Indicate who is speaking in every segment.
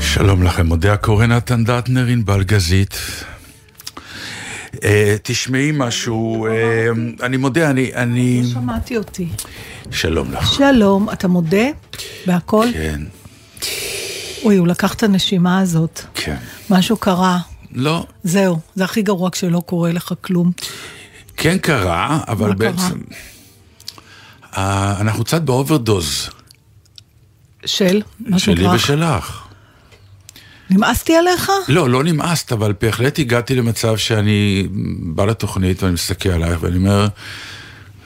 Speaker 1: שלום לכם, מודה הקורא נתן דטנר, ענבל גזית. אה, תשמעי משהו, אה, אני מודה, אני... אני...
Speaker 2: שמעתי אותי.
Speaker 1: שלום לך.
Speaker 2: שלום, אתה מודה בהכל?
Speaker 1: כן,
Speaker 2: אוי, הוא לקח את הנשימה הזאת.
Speaker 1: כן.
Speaker 2: משהו קרה.
Speaker 1: לא,
Speaker 2: זהו, זה הכי גרוע כשלא קורה לך כלום.
Speaker 1: כן קרה, אבל
Speaker 2: מה קרה?
Speaker 1: בעצם... אה, אנחנו קצת באוברדוז,
Speaker 2: של? מה
Speaker 1: שלי
Speaker 2: שנקרא,
Speaker 1: ושלך.
Speaker 2: נמאסתי עליך?
Speaker 1: לא, לא נמאסת, אבל בהחלט הגעתי למצב שאני בא לתוכנית ואני מסתכל עלייך ואני אומר,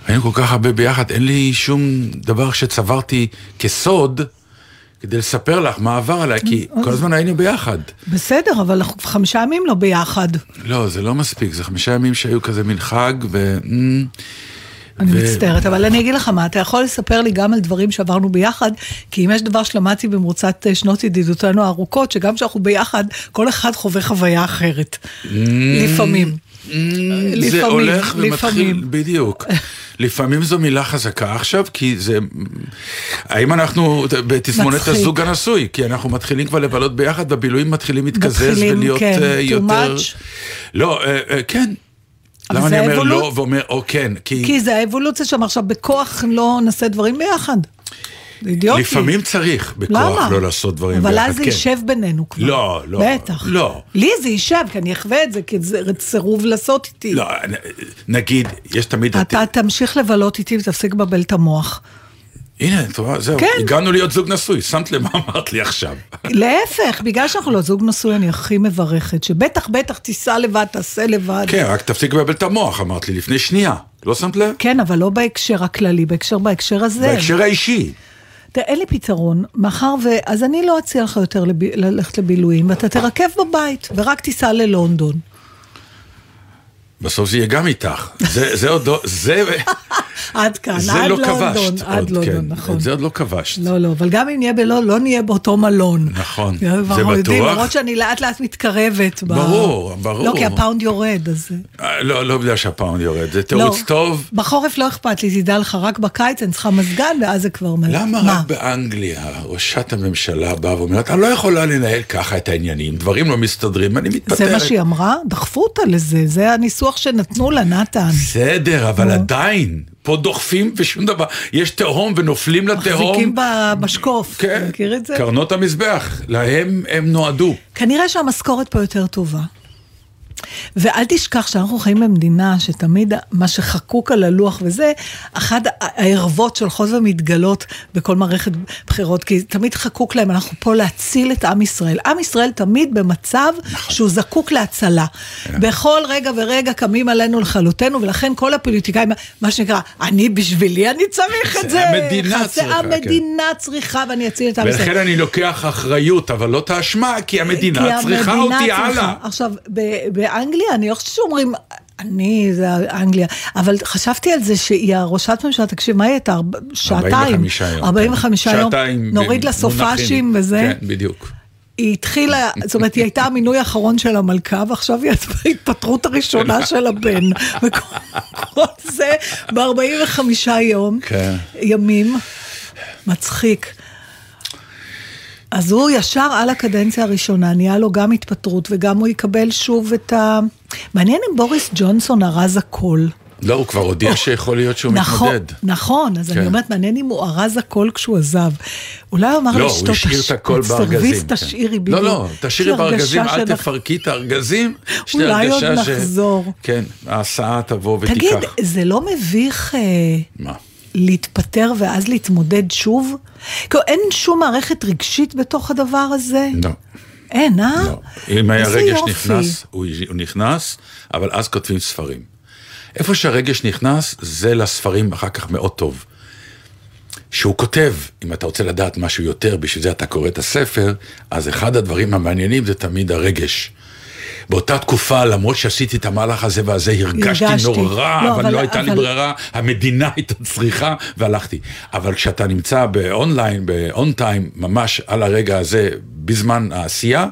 Speaker 1: היינו כל כך הרבה ביחד, אין לי שום דבר שצברתי כסוד כדי לספר לך מה עבר עליי, כי כל הזמן היינו ביחד.
Speaker 2: בסדר, אבל אנחנו כבר חמישה ימים לא ביחד.
Speaker 1: לא, זה לא מספיק, זה חמישה ימים שהיו כזה מין חג, ו... אמ,
Speaker 2: אני
Speaker 1: ו-
Speaker 2: מצטערת, אבל אני אגיד לך מה, אתה יכול לספר לי גם על דברים שעברנו ביחד, כי אם יש דבר שלמדתי במרוצת אה, שנות ידידותנו הארוכות, שגם כשאנחנו ביחד, כל אחד חווה חוויה אחרת.
Speaker 1: Mm.
Speaker 2: לפעמים. אה, לפעמים,
Speaker 1: זה הולך ומתחיל,
Speaker 2: לפעמים.
Speaker 1: בדיוק. לפעמים זו מילה חזקה עכשיו, כי זה... האם אנחנו בתסמונת
Speaker 2: מצחיק.
Speaker 1: הזוג הנשוי? כי אנחנו מתחילים כבר לבלות ביחד, והבילויים מתחילים להתקזז
Speaker 2: מתחילים,
Speaker 1: ולהיות
Speaker 2: כן,
Speaker 1: אה,
Speaker 2: too
Speaker 1: יותר...
Speaker 2: much.
Speaker 1: לא, אה, אה, כן.
Speaker 2: אבל
Speaker 1: למה
Speaker 2: זה
Speaker 1: אני אומר
Speaker 2: האבולוצ-
Speaker 1: לא ואומר או כן? כי
Speaker 2: כי זה האבולוציה שם, עכשיו בכוח לא נעשה דברים ביחד. זה אידיוטי.
Speaker 1: לפעמים צריך בכוח
Speaker 2: למה?
Speaker 1: לא לעשות דברים
Speaker 2: אבל
Speaker 1: ביחד.
Speaker 2: אבל אז זה
Speaker 1: כן.
Speaker 2: יישב בינינו כבר.
Speaker 1: לא, לא,
Speaker 2: בטח.
Speaker 1: לא.
Speaker 2: לי זה יישב, כי אני אחווה את זה, כי זה סירוב לעשות איתי.
Speaker 1: לא, נ- נגיד, יש תמיד...
Speaker 2: אתה תמשיך לבלות איתי ותפסיק לבלבל את המוח.
Speaker 1: הנה, את רואה, זהו,
Speaker 2: כן.
Speaker 1: הגענו להיות זוג נשוי, שמת לב מה אמרת לי עכשיו.
Speaker 2: להפך, בגלל שאנחנו לא זוג נשוי, אני הכי מברכת, שבטח בטח תיסע לבד, תעשה לבד.
Speaker 1: כן, רק תפסיק לבלבל את המוח, אמרת לי לפני שנייה, לא שמת לב?
Speaker 2: כן, אבל לא בהקשר הכללי, בהקשר בהקשר הזה.
Speaker 1: בהקשר האישי.
Speaker 2: תראה, אין לי פתרון, מאחר ו... אז אני לא אציע לך יותר לב... ללכת לבילויים, ואתה תרכב בבית, ורק תיסע ללונדון.
Speaker 1: בסוף זה יהיה גם איתך. זה זה עוד לא, זה
Speaker 2: עד כאן,
Speaker 1: זה
Speaker 2: עד
Speaker 1: לא
Speaker 2: לונדון,
Speaker 1: כבשת.
Speaker 2: עד
Speaker 1: עוד,
Speaker 2: לונדון,
Speaker 1: כן.
Speaker 2: נכון.
Speaker 1: את זה עוד לא כבשת.
Speaker 2: לא, לא, אבל גם אם נהיה בלא, לא נהיה באותו מלון.
Speaker 1: נכון,
Speaker 2: אנחנו
Speaker 1: זה
Speaker 2: כבר יודעים,
Speaker 1: בטוח.
Speaker 2: למרות שאני לאט לאט מתקרבת. ב-
Speaker 1: ברור, ברור.
Speaker 2: לא, כי הפאונד יורד, אז...
Speaker 1: אה, לא, לא בגלל שהפאונד יורד, זה תירוץ
Speaker 2: לא.
Speaker 1: טוב.
Speaker 2: בחורף לא אכפת לי, תדע לך, רק בקיץ אני צריכה מזגן, ואז זה כבר מלא.
Speaker 1: למה
Speaker 2: מה?
Speaker 1: רק באנגליה ראשת הממשלה באה ואומרת, אני לא יכולה לנהל ככה את העניינים, דברים לא מסתדרים, אני מתפטרת.
Speaker 2: זה מה שהיא אמרה? דחפו אותה לזה, זה הניסוח שנתנו לה, נתן.
Speaker 1: בסדר, אבל עדיין, פה דוחפים ושום דבר, יש תהום ונופלים לתהום.
Speaker 2: מחזיקים במשקוף, אתה
Speaker 1: כן,
Speaker 2: מכיר את זה?
Speaker 1: קרנות המזבח, להם הם נועדו.
Speaker 2: כנראה שהמשכורת פה יותר טובה. ואל תשכח שאנחנו חיים במדינה שתמיד מה שחקוק על הלוח וזה, אחת הערבות שהולכות ומתגלות בכל מערכת בחירות, כי תמיד חקוק להם, אנחנו פה להציל את עם ישראל. עם ישראל תמיד במצב
Speaker 1: נכון.
Speaker 2: שהוא זקוק להצלה.
Speaker 1: כן.
Speaker 2: בכל רגע ורגע קמים עלינו לכלותנו, ולכן כל הפוליטיקאים, מה שנקרא, אני בשבילי, אני צריך
Speaker 1: זה
Speaker 2: את זה.
Speaker 1: המדינה
Speaker 2: זה
Speaker 1: צריכה, כן.
Speaker 2: המדינה צריכה, ואני אציל את עם ישראל.
Speaker 1: ולכן אני לוקח אחריות, אבל לא את האשמה, כי המדינה
Speaker 2: כי
Speaker 1: צריכה
Speaker 2: המדינה
Speaker 1: אותי
Speaker 2: צריכה.
Speaker 1: הלאה.
Speaker 2: עכשיו, ב- באנגליה, אני לא חושבת שאומרים, אני, זה אנגליה, אבל חשבתי על זה שהיא הראשת ממשלה, תקשיב, מה היא הייתה? ארבע- שעתיים.
Speaker 1: 45 יום. כן.
Speaker 2: 45 יום.
Speaker 1: שעתיים
Speaker 2: נוריד לה
Speaker 1: במונחים.
Speaker 2: סופאשים וזה.
Speaker 1: כן, בדיוק.
Speaker 2: היא התחילה, זאת אומרת, היא הייתה המינוי האחרון של המלכה, ועכשיו היא ההתפטרות הראשונה של הבן. וכל כל זה ב-45 יום,
Speaker 1: כן.
Speaker 2: ימים, מצחיק. אז הוא ישר על הקדנציה הראשונה, נהיה לו גם התפטרות, וגם הוא יקבל שוב את ה... מעניין אם בוריס ג'ונסון ארז הכל.
Speaker 1: לא, הוא כבר הודיע שיכול להיות שהוא
Speaker 2: נכון,
Speaker 1: מתמודד.
Speaker 2: נכון, אז
Speaker 1: כן.
Speaker 2: אני אומרת, מעניין אם הוא ארז הכל כשהוא עזב. אולי הוא אמר
Speaker 1: לא,
Speaker 2: לאשתו,
Speaker 1: הוא השאיר את
Speaker 2: "תש-
Speaker 1: הכל בארגזים.
Speaker 2: סרוויס
Speaker 1: כן.
Speaker 2: תשאירי בדיוק.
Speaker 1: לא, לא, תשאירי
Speaker 2: יש לי
Speaker 1: בארגזים,
Speaker 2: הרגשה
Speaker 1: אל
Speaker 2: שאנחנו-
Speaker 1: תפרקי את הארגזים. יש לי
Speaker 2: אולי עוד
Speaker 1: הרגשה ש-
Speaker 2: נחזור.
Speaker 1: כן, ההסעה תבוא ותיקח.
Speaker 2: תגיד, זה לא מביך אה,
Speaker 1: מה?
Speaker 2: להתפטר ואז להתמודד שוב? כאילו, אין שום מערכת רגשית בתוך הדבר הזה?
Speaker 1: לא.
Speaker 2: אין, אה?
Speaker 1: לא. אם היה
Speaker 2: איזה
Speaker 1: רגש
Speaker 2: יופי.
Speaker 1: נכנס, הוא הוא נכנס, אבל אז כותבים ספרים. איפה שהרגש נכנס, זה לספרים אחר כך מאוד טוב. שהוא כותב, אם אתה רוצה לדעת משהו יותר, בשביל זה אתה קורא את הספר, אז אחד הדברים המעניינים זה תמיד הרגש. באותה תקופה, למרות שעשיתי את המהלך הזה והזה, הרגשתי,
Speaker 2: הרגשתי.
Speaker 1: נורא,
Speaker 2: לא,
Speaker 1: אבל,
Speaker 2: אבל-
Speaker 1: לא הייתה לי
Speaker 2: אבל-
Speaker 1: ברירה, המדינה הייתה צריכה, והלכתי. אבל כשאתה נמצא באונליין, באון טיים, ממש על הרגע הזה, בזמן העשייה,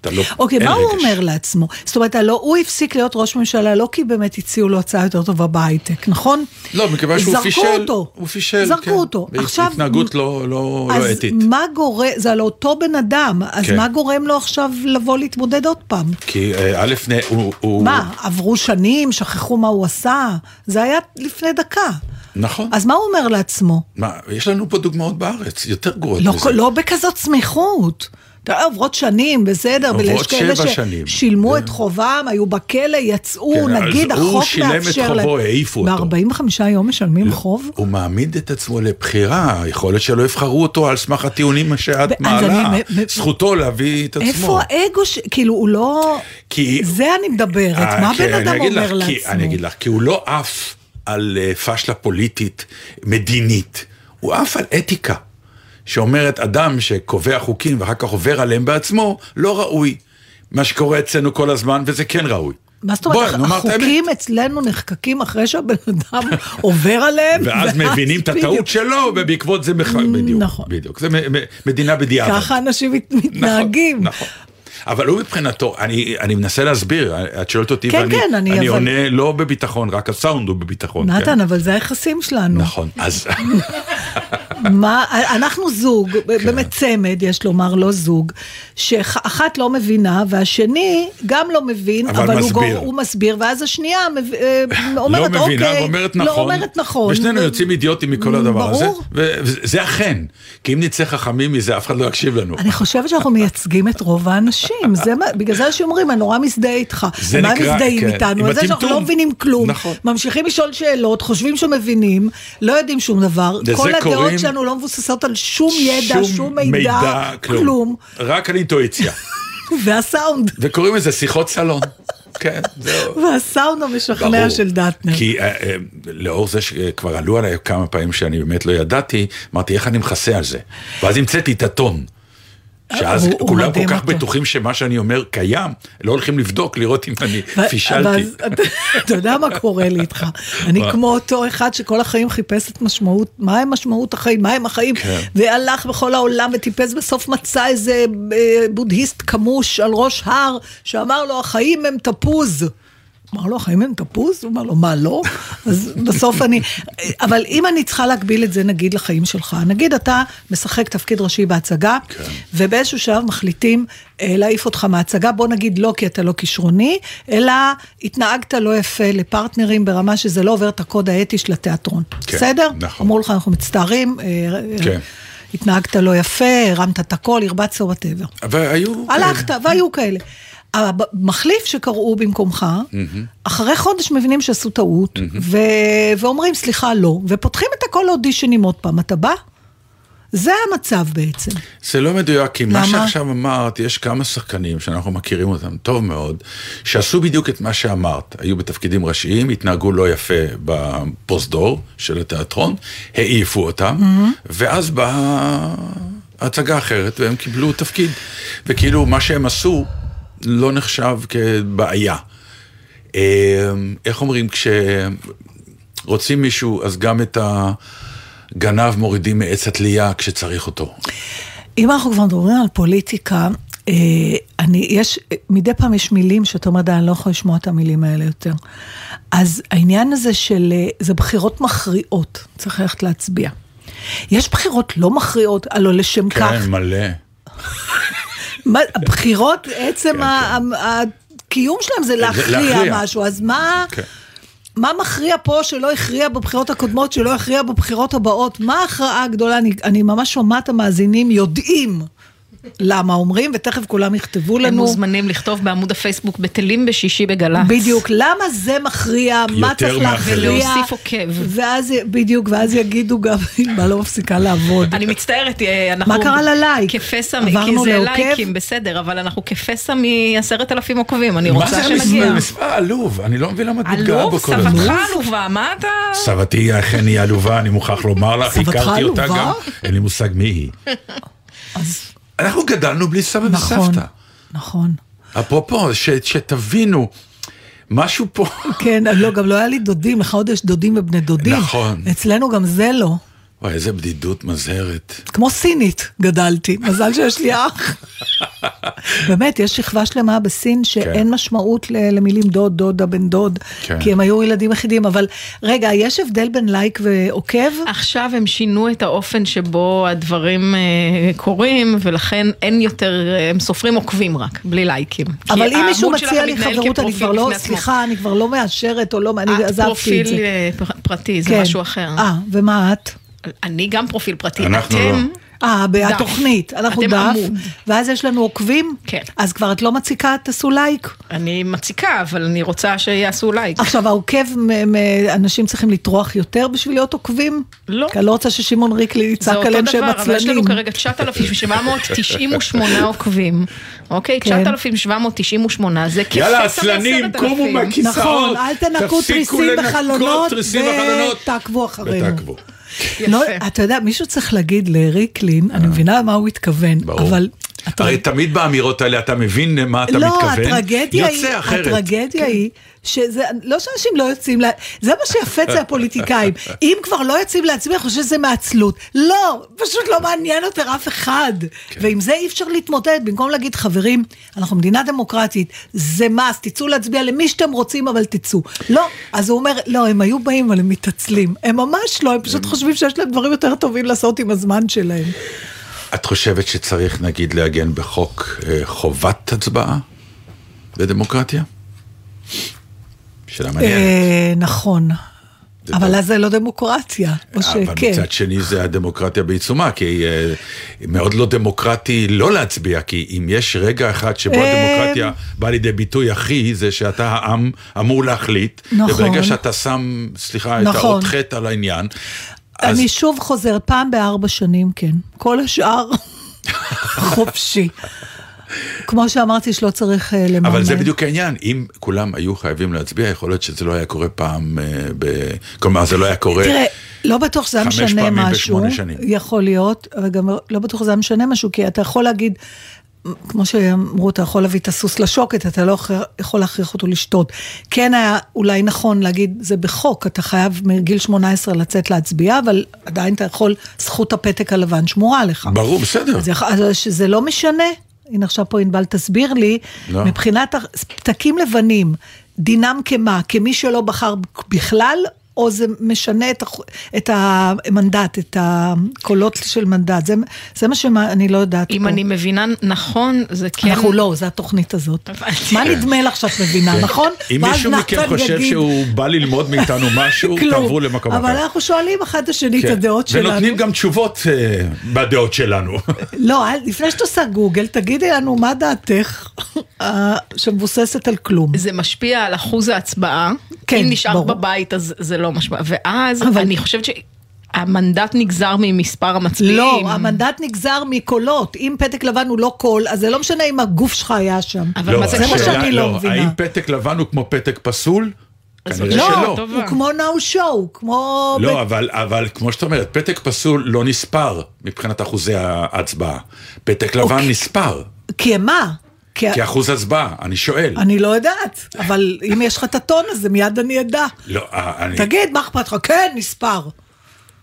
Speaker 1: אתה לא...
Speaker 2: אוקיי,
Speaker 1: אין
Speaker 2: מה הוא
Speaker 1: רגש.
Speaker 2: אומר לעצמו? זאת אומרת, הלא, הוא הפסיק להיות ראש ממשלה לא כי באמת הציעו לו הצעה יותר טובה בהייטק, נכון?
Speaker 1: לא, מכיוון שהוא
Speaker 2: זרקו
Speaker 1: פישל,
Speaker 2: אותו.
Speaker 1: הוא פישל,
Speaker 2: זרקו
Speaker 1: כן.
Speaker 2: אותו.
Speaker 1: בהת- התנהגות לא- לא- לא אתית.
Speaker 2: אז מה גורם, זה על אותו בן אדם, אז
Speaker 1: כן.
Speaker 2: מה גורם לו עכשיו לבוא להתמודד עוד פעם?
Speaker 1: כי אה, א', נה- הוא... הוא-
Speaker 2: מה, עברו שנים, שכחו מה הוא עשה? זה היה לפני דקה.
Speaker 1: נכון.
Speaker 2: אז מה הוא אומר לעצמו?
Speaker 1: מה, יש לנו פה דוגמאות בארץ, יותר גרועות
Speaker 2: לא,
Speaker 1: מזה.
Speaker 2: לא בכזאת סמיכות. אתה יודע, עוברות שנים, בסדר, אבל יש
Speaker 1: עוברות
Speaker 2: כאלה
Speaker 1: שבע שנים.
Speaker 2: ששילמו את חובם, היו בכלא, יצאו,
Speaker 1: כן, אז
Speaker 2: נגיד,
Speaker 1: הוא
Speaker 2: החוק
Speaker 1: שילם את
Speaker 2: מאפשר
Speaker 1: חובו, העיפו אותו. לא,
Speaker 2: ב-45 יום משלמים חוב?
Speaker 1: הוא מעמיד את עצמו לבחירה, יכול להיות שלא יבחרו אותו על סמך הטיעונים
Speaker 2: ואז
Speaker 1: שאת
Speaker 2: אני
Speaker 1: מעלה.
Speaker 2: מ- מ-
Speaker 1: זכותו להביא את עצמו.
Speaker 2: איפה האגו ש... כאילו, הוא לא...
Speaker 1: כי...
Speaker 2: זה אני מדברת,
Speaker 1: אה,
Speaker 2: מה
Speaker 1: כי
Speaker 2: בן
Speaker 1: אני
Speaker 2: אדם
Speaker 1: אגיד
Speaker 2: אומר
Speaker 1: לך, כי-
Speaker 2: לעצמו?
Speaker 1: אני אגיד לך, כי הוא לא עף על אה, פשלה פוליטית, מדינית, הוא עף על אתיקה, שאומרת אדם שקובע חוקים ואחר כך עובר עליהם בעצמו, לא ראוי. מה שקורה אצלנו כל הזמן, וזה כן ראוי.
Speaker 2: מה זאת
Speaker 1: בואי,
Speaker 2: אומרת,
Speaker 1: נאמר את האמת.
Speaker 2: החוקים אצלנו נחקקים אחרי שהבן אדם עובר עליהם,
Speaker 1: ואז מבינים את הטעות
Speaker 2: בדיוק.
Speaker 1: שלו, ובעקבות זה מח... בדיוק,
Speaker 2: נכון.
Speaker 1: בדיוק. זה מ- מ- מדינה בדיעבד.
Speaker 2: ככה אנשים מת-
Speaker 1: נכון,
Speaker 2: מתנהגים.
Speaker 1: נכון. אבל הוא מבחינתו, אני, אני מנסה להסביר, את שואלת אותי
Speaker 2: כן,
Speaker 1: ואני
Speaker 2: כן, אני- אבל-
Speaker 1: עונה לא בביטחון, רק הסאונד הוא בביטחון. כן.
Speaker 2: נתן, אבל זה היחסים שלנו.
Speaker 1: נכון, אז
Speaker 2: מה, אנחנו זוג,
Speaker 1: כן.
Speaker 2: באמת צמד, יש לומר, לא זוג, שאחת לא מבינה והשני גם לא מבין,
Speaker 1: אבל
Speaker 2: אבל הוא
Speaker 1: מסביר.
Speaker 2: גור- הוא מסביר, ואז השנייה מב- אה,
Speaker 1: לא
Speaker 2: אומרת,
Speaker 1: מבינה,
Speaker 2: אוקיי,
Speaker 1: ואומרת נכון.
Speaker 2: לא אומרת נכון.
Speaker 1: ושנינו
Speaker 2: ו-
Speaker 1: יוצאים אידיוטים מכל הדבר הזה.
Speaker 2: ברור.
Speaker 1: וזה אכן, כי אם נצא חכמים מזה, אף אחד לא יקשיב לנו.
Speaker 2: אני חושבת שאנחנו מייצגים את רוב האנשים, זה מה, בגלל זה אנשים אומרים, אני נורא מזדהה איתך.
Speaker 1: זה
Speaker 2: מה
Speaker 1: נקרא,
Speaker 2: מזדהים
Speaker 1: כן,
Speaker 2: איתנו?
Speaker 1: עם
Speaker 2: על זה שאנחנו
Speaker 1: הטמטום.
Speaker 2: לא מבינים כלום.
Speaker 1: נכון.
Speaker 2: ממשיכים לשאול שאלות, חושבים שמבינים, לא יודעים שום דבר.
Speaker 1: לזה
Speaker 2: כל הדעות
Speaker 1: קוראים-
Speaker 2: שלנו לא מבוססות על שום ידע, שום מידע, כלום.
Speaker 1: כלום. רק על אינטואיציה.
Speaker 2: והסאונד.
Speaker 1: וקוראים לזה שיחות סלון. כן, זהו.
Speaker 2: והסאונד המשכנע
Speaker 1: ברור.
Speaker 2: של דטנר.
Speaker 1: כי אה, אה, לאור זה שכבר עלו עליי כמה פעמים שאני באמת לא ידעתי, אמרתי איך אני מכסה על זה. ואז המצאתי את הטון. שאז
Speaker 2: הוא- הוא
Speaker 1: כולם כל
Speaker 2: מדהים אוקיי.
Speaker 1: כך
Speaker 2: אותו.
Speaker 1: בטוחים שמה שאני אומר קיים, לא הולכים לבדוק, לראות אם אני
Speaker 2: ו-
Speaker 1: פישלתי.
Speaker 2: ואז- אתה יודע מה קורה לי איתך? אני
Speaker 1: מה?
Speaker 2: כמו אותו אחד שכל החיים חיפש את משמעות, מה הם משמעות החיים, מה הם החיים,
Speaker 1: כן.
Speaker 2: והלך בכל העולם וטיפס, בסוף מצא איזה אה, בודהיסט כמוש על ראש הר, שאמר לו, החיים הם תפוז. אמר לו, החיים הם תפוז? הוא אמר לו, מה לא? אז בסוף אני... אבל אם אני צריכה להגביל את זה, נגיד, לחיים שלך, נגיד אתה משחק תפקיד ראשי בהצגה,
Speaker 1: כן.
Speaker 2: ובאיזשהו שלב מחליטים אה, להעיף אותך מההצגה, בוא נגיד לא כי אתה לא כישרוני, אלא התנהגת לא יפה לפרטנרים ברמה שזה לא עובר את הקוד האתי של התיאטרון.
Speaker 1: כן,
Speaker 2: בסדר?
Speaker 1: נכון.
Speaker 2: אמרו לך, אנחנו מצטערים, אה, אה,
Speaker 1: כן.
Speaker 2: התנהגת לא יפה, הרמת את הכל, הרבצת, וואטאבר.
Speaker 1: והיו...
Speaker 2: הלכת, והיו כאלה. המחליף שקראו במקומך, אחרי חודש מבינים שעשו טעות, ו- ואומרים סליחה, לא, ופותחים את הכל לאודישנים עוד פעם, אתה בא? זה המצב בעצם.
Speaker 1: זה לא מדויק, כי מה
Speaker 2: למה?
Speaker 1: שעכשיו אמרת, יש כמה שחקנים שאנחנו מכירים אותם טוב מאוד, שעשו בדיוק את מה שאמרת. היו בתפקידים ראשיים, התנהגו לא יפה בפרוזדור של התיאטרון, העיפו אותם, ואז באה הצגה אחרת, והם קיבלו תפקיד. וכאילו, מה שהם עשו לא נחשב כבעיה. אה, איך אומרים, כשרוצים מישהו, אז גם את ה... גנב מורידים מעץ התלייה כשצריך אותו.
Speaker 2: אם אנחנו כבר מדברים על פוליטיקה, אה, אני, יש, אה, מדי פעם יש מילים שאתה אומר, "די, אני לא יכול לשמוע את המילים האלה יותר. אז העניין הזה של, אה, זה בחירות מכריעות, צריך ללכת להצביע. יש בחירות לא מכריעות, הלוא לשם כך.
Speaker 1: כן, מלא.
Speaker 2: מה, הבחירות,
Speaker 1: כן,
Speaker 2: עצם ה- ה- הקיום שלהם זה להכריע
Speaker 1: להכריע.
Speaker 2: משהו, אז מה...
Speaker 1: כן.
Speaker 2: מה מכריע פה שלא הכריע בבחירות הקודמות, שלא הכריע בבחירות הבאות? מה ההכרעה הגדולה? אני, אני ממש שומעת המאזינים יודעים למה אומרים, ותכף כולם יכתבו
Speaker 3: הם
Speaker 2: לנו.
Speaker 3: מוזמנים לכתוב בעמוד הפייסבוק בטלים בשישי בגל"צ.
Speaker 2: בדיוק, למה זה מכריע, מה
Speaker 1: יותר
Speaker 2: צריך
Speaker 1: מאחרים.
Speaker 2: להכריע.
Speaker 3: ולהוסיף עוקב.
Speaker 2: ואז, בדיוק, ואז יגידו גם, מה לא מפסיקה לעבוד.
Speaker 3: אני מצטערת, אה, אנחנו...
Speaker 2: מה קרה ללייק?
Speaker 3: כפסע, מ- כי
Speaker 2: עברנו
Speaker 3: זה
Speaker 2: לעוקב?
Speaker 3: לייקים, בסדר, אבל אנחנו כפסע מעשרת אלפים עוקבים, אני
Speaker 1: מה
Speaker 3: רוצה
Speaker 1: זה
Speaker 3: שנגיע.
Speaker 1: המספר מספר עלוב? אני לא מבין למה את מתגאה
Speaker 3: עלוב,
Speaker 1: בו כל הזמן.
Speaker 3: סבתך עלובה, מה אתה...
Speaker 1: סבתי היא אכן היא עלובה, אני מוכרח לומר לך,
Speaker 2: סבתך
Speaker 1: הכרתי אותה
Speaker 2: עלובה?
Speaker 1: גם, אין לי מושג מי היא. אנחנו גדלנו בלי סבא
Speaker 2: נכון,
Speaker 1: וסבתא.
Speaker 2: נכון.
Speaker 1: אפרופו, ש- שתבינו, משהו פה...
Speaker 2: כן, לא, גם לא היה לי דודים, לך עוד יש דודים ובני דודים.
Speaker 1: נכון.
Speaker 2: אצלנו גם זה לא.
Speaker 1: וואי, איזה בדידות מזהרת.
Speaker 2: כמו סינית גדלתי, מזל שיש לי אח. באמת, יש שכבה שלמה בסין שאין
Speaker 1: כן.
Speaker 2: משמעות ל- למילים דוד, דודה, בן דוד,
Speaker 1: כן.
Speaker 2: כי הם היו ילדים יחידים, אבל רגע, יש הבדל בין לייק ועוקב?
Speaker 3: עכשיו הם שינו את האופן שבו הדברים אה, קורים, ולכן אין יותר, אה, הם סופרים עוקבים רק, בלי לייקים. כי
Speaker 2: אבל אם מישהו
Speaker 3: העמוד שלך
Speaker 2: מציע לי
Speaker 3: מתנהל
Speaker 2: חברות, אני
Speaker 3: כפרופיל
Speaker 2: כבר לא,
Speaker 3: בפני עצמו.
Speaker 2: סליחה, אני כבר לא מאשרת או לא, אני עזבתי את
Speaker 3: את
Speaker 2: זה.
Speaker 3: פרופיל אה, פר- פרטי, זה
Speaker 2: כן.
Speaker 3: משהו אחר.
Speaker 2: אה, ומה את?
Speaker 3: אני גם פרופיל פרטי,
Speaker 1: אנחנו
Speaker 3: אתם...
Speaker 1: לא.
Speaker 2: אה, בתוכנית, אנחנו
Speaker 3: אתם
Speaker 2: דף,
Speaker 3: עמוד.
Speaker 2: ואז יש לנו עוקבים,
Speaker 3: כן.
Speaker 2: אז כבר את לא מציקה, תעשו לייק.
Speaker 3: אני מציקה, אבל אני רוצה שיעשו לייק.
Speaker 2: עכשיו, העוקב, מ- מ- אנשים צריכים לטרוח יותר בשביל להיות עוקבים?
Speaker 3: לא.
Speaker 2: כי אני לא רוצה ששמעון ריקלי
Speaker 3: זה
Speaker 2: יצעק
Speaker 3: אותו
Speaker 2: עליהם שהם
Speaker 3: דבר, אבל יש לנו
Speaker 2: עצלנים.
Speaker 3: כרגע 9,798 עוקבים, אוקיי?
Speaker 2: כן.
Speaker 3: 9,798, זה כפסע
Speaker 1: יאללה,
Speaker 3: מ-10,000.
Speaker 1: עצלנים, קומו מהכיסאות.
Speaker 2: נכון, אל תנקו
Speaker 1: תפסיקו
Speaker 2: תריסים
Speaker 1: לנקות
Speaker 2: בחלונות,
Speaker 1: תריסים בחלונות.
Speaker 2: ותעקבו אחרינו.
Speaker 1: ותעקבו.
Speaker 3: יפה.
Speaker 2: לא, אתה יודע, מישהו צריך להגיד לריקלין, אני מבינה מה הוא התכוון,
Speaker 1: אה. ברור.
Speaker 2: אבל...
Speaker 1: הרי תמיד באמירות האלה אתה מבין למה אתה
Speaker 2: לא,
Speaker 1: מתכוון.
Speaker 2: הטרגדיה היא,
Speaker 1: יוצא אחרת. כן.
Speaker 2: הטרגדיה היא, שזה, לא שאנשים לא יוצאים, לה, זה מה שיפה אצל הפוליטיקאים, אם כבר לא יוצאים להצביע, אני חושב שזה מעצלות. לא, פשוט לא מעניין יותר אף אחד.
Speaker 1: כן.
Speaker 2: ועם זה אי אפשר להתמודד, במקום להגיד, חברים, אנחנו מדינה דמוקרטית, זה מס, תצאו להצביע למי שאתם רוצים, אבל תצאו. לא, אז הוא אומר, לא, הם היו באים, אבל הם מתעצלים. הם ממש לא, הם פשוט חושבים שיש להם דברים יותר טובים לעשות עם הזמן שלהם.
Speaker 1: את חושבת שצריך נגיד לעגן בחוק אה, חובת הצבעה בדמוקרטיה? שאלה מעניינת.
Speaker 2: אה, נכון.
Speaker 1: זה
Speaker 2: אבל
Speaker 1: טוב.
Speaker 2: אז זה לא דמוקרטיה, כן. או
Speaker 1: אבל
Speaker 2: שכן.
Speaker 1: מצד שני זה הדמוקרטיה בעיצומה, כי אה, מאוד לא דמוקרטי לא להצביע, כי אם יש רגע אחד שבו
Speaker 2: אה,
Speaker 1: הדמוקרטיה באה לידי ביטוי הכי, זה שאתה העם אמור להחליט,
Speaker 2: נכון.
Speaker 1: וברגע שאתה שם, סליחה, את
Speaker 2: נכון.
Speaker 1: האות חטא על העניין, אז
Speaker 2: אני שוב חוזרת, פעם בארבע שנים, כן. כל השאר חופשי. כמו שאמרתי שלא צריך אה, לממן.
Speaker 1: אבל זה בדיוק העניין, אם כולם היו חייבים להצביע, יכול להיות שזה לא היה קורה פעם, אה, ב... כלומר זה לא היה קורה.
Speaker 2: תראה, לא בטוח שזה היה
Speaker 1: חמש
Speaker 2: משנה
Speaker 1: פעמים
Speaker 2: משהו,
Speaker 1: בשמונה שנים.
Speaker 2: יכול להיות, אבל גם לא בטוח שזה היה משנה משהו, כי אתה יכול להגיד, כמו שאמרו, אתה יכול להביא את הסוס לשוקת, אתה לא יכול- יכול להכריח אותו לשתות. כן היה אולי נכון להגיד, זה בחוק, אתה חייב מגיל 18 לצאת להצביע, אבל עדיין אתה יכול, זכות הפתק הלבן שמורה לך.
Speaker 1: ברור, בסדר.
Speaker 2: אז יכ- אז שזה לא משנה. הנה עכשיו פה ענבל תסביר לי,
Speaker 1: לא.
Speaker 2: מבחינת הח- פתקים לבנים, דינם כמה? כמי שלא בחר בכלל, או זה משנה את, הח- את המנדט, את הקולות של מנדט? זה, זה מה שאני לא יודעת.
Speaker 3: אם
Speaker 2: פה.
Speaker 3: אני מבינה נכון, זה כן...
Speaker 2: אנחנו לא, זה התוכנית הזאת.
Speaker 3: הבנתי.
Speaker 2: מה נדמה לך שאת מבינה, נכון?
Speaker 1: כן. אם
Speaker 2: ואז
Speaker 1: מישהו מכם
Speaker 2: נתן
Speaker 1: חושב
Speaker 2: יגיד,
Speaker 1: שהוא בא ללמוד מאיתנו משהו,
Speaker 2: כלום.
Speaker 1: תעברו למקום
Speaker 2: אבל
Speaker 1: אחר.
Speaker 2: אנחנו שואלים אחד את השני את
Speaker 1: כן.
Speaker 2: הדעות שלנו.
Speaker 1: ונותנים גם תשובות אה, בדעות שלנו.
Speaker 2: לא, אל- לפני שאת עושה גוגל, תגידי לנו מה דעתך אה, שמבוססת על כלום.
Speaker 3: זה משפיע על אחוז ההצבעה.
Speaker 2: כן,
Speaker 3: אם נשאר
Speaker 2: ברור.
Speaker 3: בבית אז זה לא משפיע. ואז
Speaker 2: אבל-
Speaker 3: אבל... אני חושבת שהמנדט נגזר ממספר המצביעים.
Speaker 2: לא, המנדט נגזר מקולות. אם פתק לבן הוא לא קול, אז זה לא משנה אם הגוף שלך היה שם.
Speaker 3: אבל מה זה
Speaker 2: זה מה
Speaker 3: קשור?
Speaker 2: שאני לא מבינה.
Speaker 1: האם פתק לבן הוא כמו פתק פסול?
Speaker 3: אז
Speaker 1: כנראה
Speaker 3: לא,
Speaker 1: שלא.
Speaker 3: טוב.
Speaker 2: הוא כמו now show, כמו...
Speaker 1: לא, אבל, אבל כמו שאת אומרת, פתק פסול לא נספר מבחינת אחוזי ההצבעה. פתק לבן
Speaker 2: אוקיי.
Speaker 1: נספר,
Speaker 2: כי מה? כי...
Speaker 1: כאחוז הצבעה, אני שואל.
Speaker 2: אני לא יודעת, אבל אם יש לך את הטון הזה, מיד אני אדע.
Speaker 1: לא, אה, אני...
Speaker 2: תגיד, מה אכפת לך? כן, נספר.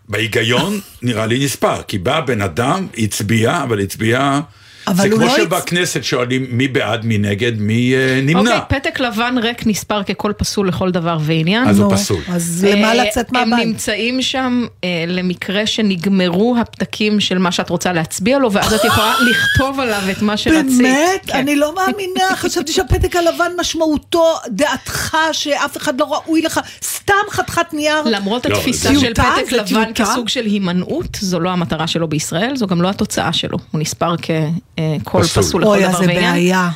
Speaker 1: בהיגיון נראה לי נספר, כי בא בן אדם, הצביע, אבל הצביע
Speaker 2: אבל
Speaker 1: זה
Speaker 2: הוא
Speaker 1: כמו
Speaker 2: לא הצ-
Speaker 1: שבכנסת שואלים מי בעד, מי נגד, מי אה, נמנע.
Speaker 3: אוקיי, פתק לבן ריק נספר כקול פסול לכל דבר ועניין.
Speaker 1: אז הוא
Speaker 2: נו,
Speaker 1: פסול.
Speaker 2: אז
Speaker 3: אה,
Speaker 2: למה לצאת
Speaker 3: הם
Speaker 2: מהבית?
Speaker 3: נמצאים שם אה, למקרה שנגמרו הפתקים של מה שאת רוצה להצביע לו, ואז את יכולה לכתוב עליו את מה שרצית.
Speaker 2: באמת?
Speaker 3: כן.
Speaker 2: אני לא מאמינה, חשבתי שהפתק הלבן משמעותו דעתך שאף אחד לא ראוי לך, סתם חתיכת נייר.
Speaker 3: למרות
Speaker 1: לא,
Speaker 3: התפיסה
Speaker 2: זה-
Speaker 3: של
Speaker 2: טיוטה?
Speaker 3: פתק
Speaker 2: זה
Speaker 3: לבן
Speaker 2: טיוטה?
Speaker 3: כסוג של הימנעות, זו לא המטרה שלו בישראל, זו גם לא התוצאה שלו. הוא נספר כקול
Speaker 1: פסול.
Speaker 3: פסול לכל
Speaker 2: אוי, אז
Speaker 3: דבר
Speaker 2: זה
Speaker 3: ועניין.
Speaker 2: בעיה.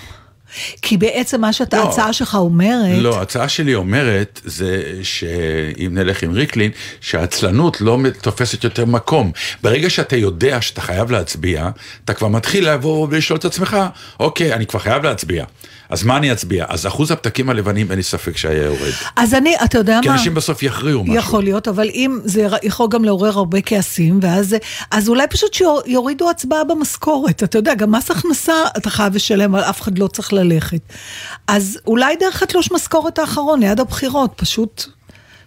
Speaker 2: כי בעצם מה שאתה,
Speaker 1: לא.
Speaker 2: ההצעה שלך אומרת,
Speaker 1: לא, ההצעה שלי אומרת, זה שאם נלך עם ריקלין, שהעצלנות לא תופסת יותר מקום. ברגע שאתה יודע שאתה חייב להצביע, אתה כבר מתחיל לבוא ולשאול את עצמך, אוקיי, אני כבר חייב להצביע. אז מה אני אצביע? אז אחוז הפתקים הלבנים, אין לי ספק שהיה יורד.
Speaker 2: אז אני, אתה יודע
Speaker 1: כי
Speaker 2: מה?
Speaker 1: אנשים בסוף יכריעו משהו.
Speaker 2: יכול להיות, אבל אם זה ר- יכול גם לעורר הרבה כעסים, ואז אז אולי פשוט שיורידו הצבעה במשכורת. אתה יודע, גם מס הכנסה אתה חייב לשלם, אבל אף אחד לא צריך ללכת. אז אולי דרך התלוש משכורת האחרון, ליד הבחירות, פשוט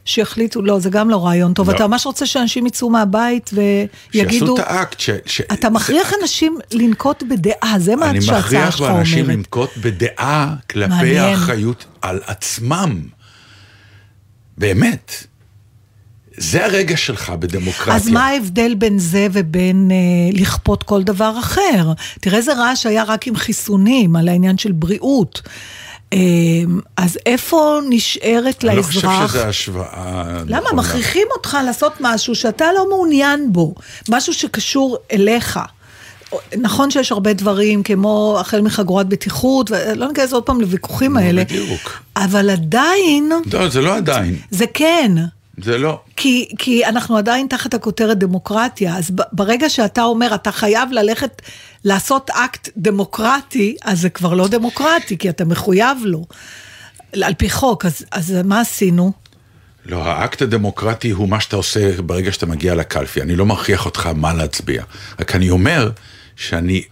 Speaker 2: שיחליטו, לא, זה גם לא רעיון טוב.
Speaker 1: לא.
Speaker 2: אתה ממש רוצה שאנשים יצאו מהבית
Speaker 1: שיעשו
Speaker 2: ויגידו...
Speaker 1: את האקט. ש... ש...
Speaker 2: אתה מכריח אנשים לנקוט בדעה, זה מה
Speaker 1: אני
Speaker 2: שההצעה
Speaker 1: מכריח
Speaker 2: שלך
Speaker 1: באנשים
Speaker 2: אומרת.
Speaker 1: לנקוט בדעה כלפי
Speaker 2: מעניין.
Speaker 1: האחריות על עצמם. באמת. זה הרגע שלך בדמוקרטיה.
Speaker 2: אז מה ההבדל בין זה ובין אה, לכפות כל דבר אחר? תראה איזה רעש היה רק עם חיסונים, על העניין של בריאות. אה, אז איפה נשארת
Speaker 1: אני לא
Speaker 2: לאזרח?
Speaker 1: חושב שזו השוואה
Speaker 2: למה?
Speaker 1: נכונה.
Speaker 2: מכריחים אותך לעשות משהו שאתה לא מעוניין בו, משהו שקשור אליך. נכון שיש הרבה דברים, כמו החל מחגורת בטיחות, ולא ניכנס עוד פעם לוויכוחים האלה,
Speaker 1: בדיוק.
Speaker 2: אבל עדיין,
Speaker 1: לא, זה לא עדיין.
Speaker 2: זה כן.
Speaker 1: זה לא.
Speaker 2: כי, כי אנחנו עדיין תחת הכותרת דמוקרטיה, אז ב- ברגע שאתה אומר, אתה חייב ללכת לעשות אקט דמוקרטי, אז זה כבר לא דמוקרטי, כי אתה מחויב לו. על פי חוק, אז, אז מה עשינו?
Speaker 1: לא, האקט הדמוקרטי הוא מה שאתה עושה ברגע שאתה מגיע לקלפי. אני לא מכריח אותך מה להצביע. רק אני אומר שאני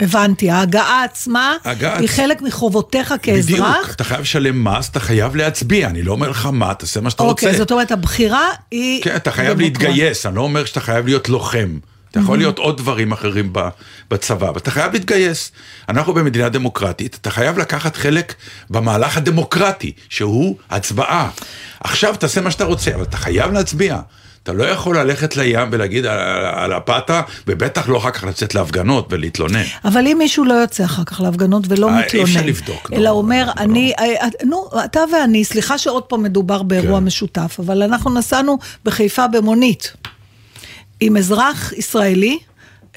Speaker 2: הבנתי, ההגעה עצמה
Speaker 1: הגעה
Speaker 2: היא
Speaker 1: עצ-
Speaker 2: חלק מחובותיך כאזרח.
Speaker 1: בדיוק, אתה חייב לשלם מס, אתה חייב להצביע, אני לא אומר לך מה, תעשה מה שאתה
Speaker 2: אוקיי,
Speaker 1: רוצה.
Speaker 2: זאת אומרת, הבחירה היא...
Speaker 1: כן, אתה חייב
Speaker 2: דמוקרטית.
Speaker 1: להתגייס, אני לא אומר שאתה חייב להיות לוחם. אתה
Speaker 2: Mm-hmm.
Speaker 1: יכול להיות עוד דברים אחרים ב- בצבא, אבל אתה חייב להתגייס. אנחנו במדינה דמוקרטית, אתה חייב לקחת חלק במהלך הדמוקרטי, שהוא הצבעה. עכשיו תעשה מה שאתה רוצה, אבל אתה חייב להצביע. אתה לא יכול ללכת לים ולהגיד על- על הפאתה, ובטח לא אחר כך לצאת להפגנות ולהתלונן.
Speaker 2: אבל אם מישהו לא יוצא אחר כך להפגנות ולא
Speaker 1: אה, אי
Speaker 2: מתלונן,
Speaker 1: אפשר לבדוק, נו,
Speaker 2: אלא אומר,
Speaker 1: לא.
Speaker 2: אני, אה, את- נו, אתה ואני, סליחה שעוד פעם מדובר באירוע
Speaker 1: כן.
Speaker 2: משותף, אבל אנחנו נסענו בחיפה במונית עם אזרח ישראלי.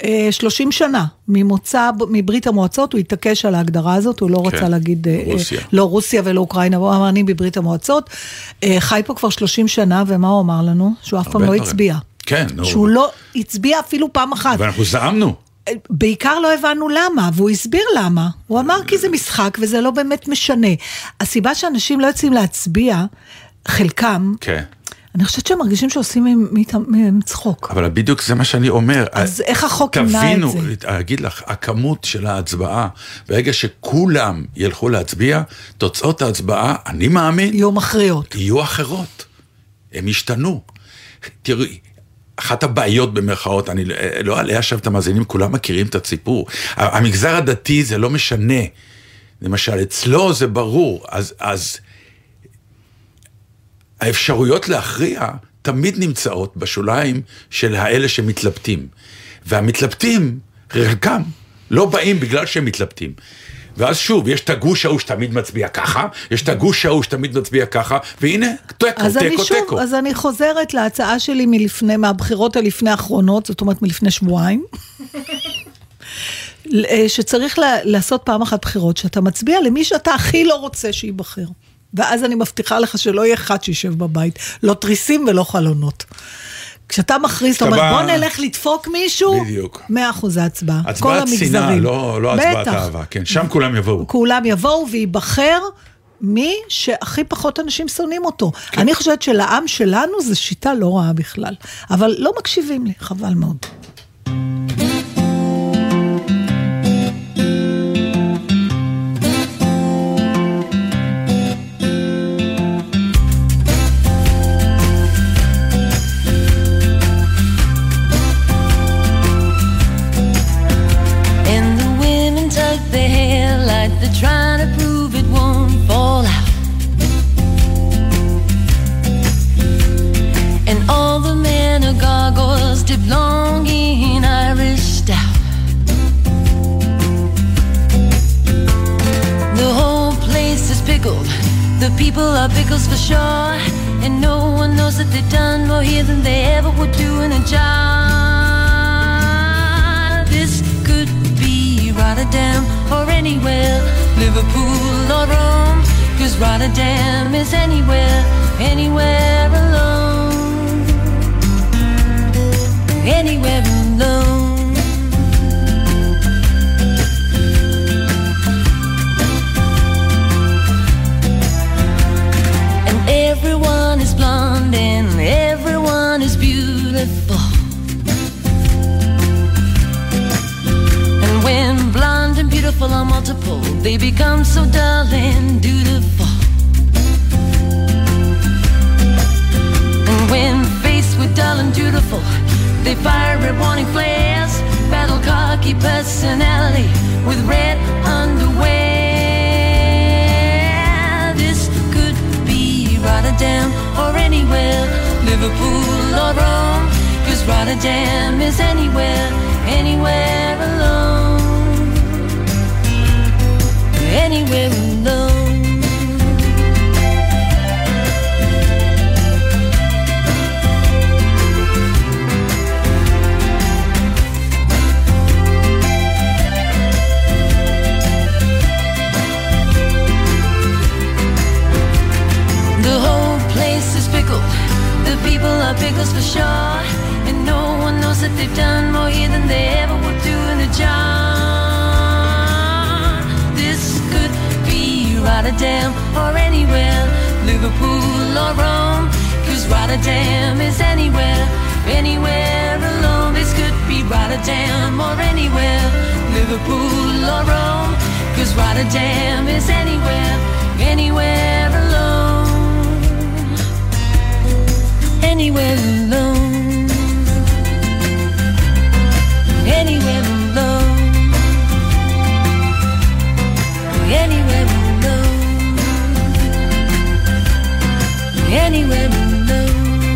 Speaker 2: אה, 30 שנה ממוצא, ב- מברית המועצות, הוא התעקש על ההגדרה הזאת, הוא לא
Speaker 1: כן.
Speaker 2: רצה להגיד, אה, אה,
Speaker 1: רוסיה.
Speaker 2: לא רוסיה ולא אוקראינה, הוא אמר, אני בברית המועצות, אה, חי פה כבר 30 שנה, ומה הוא אמר לנו? שהוא אף פעם
Speaker 1: הרבה
Speaker 2: לא
Speaker 1: דברים.
Speaker 2: הצביע.
Speaker 1: כן, נו.
Speaker 2: שהוא לא הצביע אפילו פעם אחת.
Speaker 1: ואנחנו זעמנו.
Speaker 2: בעיקר לא הבנו למה, והוא הסביר למה. הוא אמר כי זה משחק וזה לא באמת משנה. הסיבה שאנשים לא יוצאים להצביע, חלקם,
Speaker 1: כן.
Speaker 2: אני חושבת שהם מרגישים שעושים מהם- מאיתם- מהם צחוק.
Speaker 1: אבל בדיוק זה מה שאני אומר.
Speaker 2: אז איך החוק ימנע את
Speaker 1: תבינו,
Speaker 2: זה?
Speaker 1: אגיד לך, הכמות של ההצבעה, ברגע שכולם ילכו להצביע, תוצאות ההצבעה, אני מאמין,
Speaker 2: יהיו מכריעות.
Speaker 1: יהיו אחרות. הם ישתנו. תראי, אחת הבעיות במרכאות, אני לא- לא אלאה עכשיו את המאזינים, כולם מכירים את הסיפור. ה- המגזר הדתי זה לא משנה. למשל, אצלו זה ברור. אז, אז האפשרויות להכריע תמיד נמצאות בשוליים של האלה שמתלבטים. והמתלבטים, חלקם, לא באים בגלל שהם מתלבטים. ואז שוב, יש את הגוש ההוא שתמיד מצביע ככה, יש את הגוש ההוא שתמיד מצביע ככה, והנה, תיקו,
Speaker 2: אז אני
Speaker 1: תיקו,
Speaker 2: שוב,
Speaker 1: תיקו.
Speaker 2: אז אני חוזרת להצעה שלי מלפני, מהבחירות הלפני האחרונות, זאת אומרת מלפני שבועיים. אה, שצריך לה- לעשות פעם אחת בחירות, שאתה מצביע למי שאתה הכי לא רוצה שייבחר. ואז אני מבטיחה לך שלא יהיה אחד שישב בבית, לא תריסים ולא חלונות. כשאתה מכריז, אתה אומר,
Speaker 1: כשאתה
Speaker 2: בוא
Speaker 1: בא-
Speaker 2: נלך לדפוק מישהו,
Speaker 1: בדיוק.
Speaker 2: 100 אחוזי הצבעה. כל
Speaker 1: הצבעת
Speaker 2: המגזרים.
Speaker 1: שנאה, לא, לא הצבעת
Speaker 2: בטח.
Speaker 1: אהבה, כן, שם כולם יבואו.
Speaker 2: כולם יבואו וייבחר מי שהכי פחות אנשים שונאים אותו. כן. אני חושבת שלעם שלנו זו שיטה לא רעה בכלל, אבל לא מקשיבים לי, חבל מאוד.
Speaker 4: אל people are pickles for sure. And no one knows that they've done more here than they ever would do in a job. This could be Rotterdam or anywhere, Liverpool or Rome. Cause Rotterdam is anywhere, anywhere alone. Anywhere alone. And everyone is blonde and everyone is beautiful. And when blonde and beautiful are multiple, they become so dull and dutiful. And when faced with dull and dutiful, they fire red warning flares, battle cocky personality with red underwear. This could be Rotterdam or anywhere, Liverpool or Rome, cause Rotterdam is anywhere, anywhere alone. Anywhere alone. The whole place is pickled. The people are pickles for sure. And no one knows that they've done more here than they ever would do in a job. This could be Rotterdam or anywhere, Liverpool or Rome. Cause Rotterdam is anywhere, anywhere alone. This could be Rotterdam or anywhere, Liverpool or Rome. Cause Rotterdam is anywhere, anywhere alone. Anywhere alone. Anywhere alone. Anywhere alone. Anywhere alone.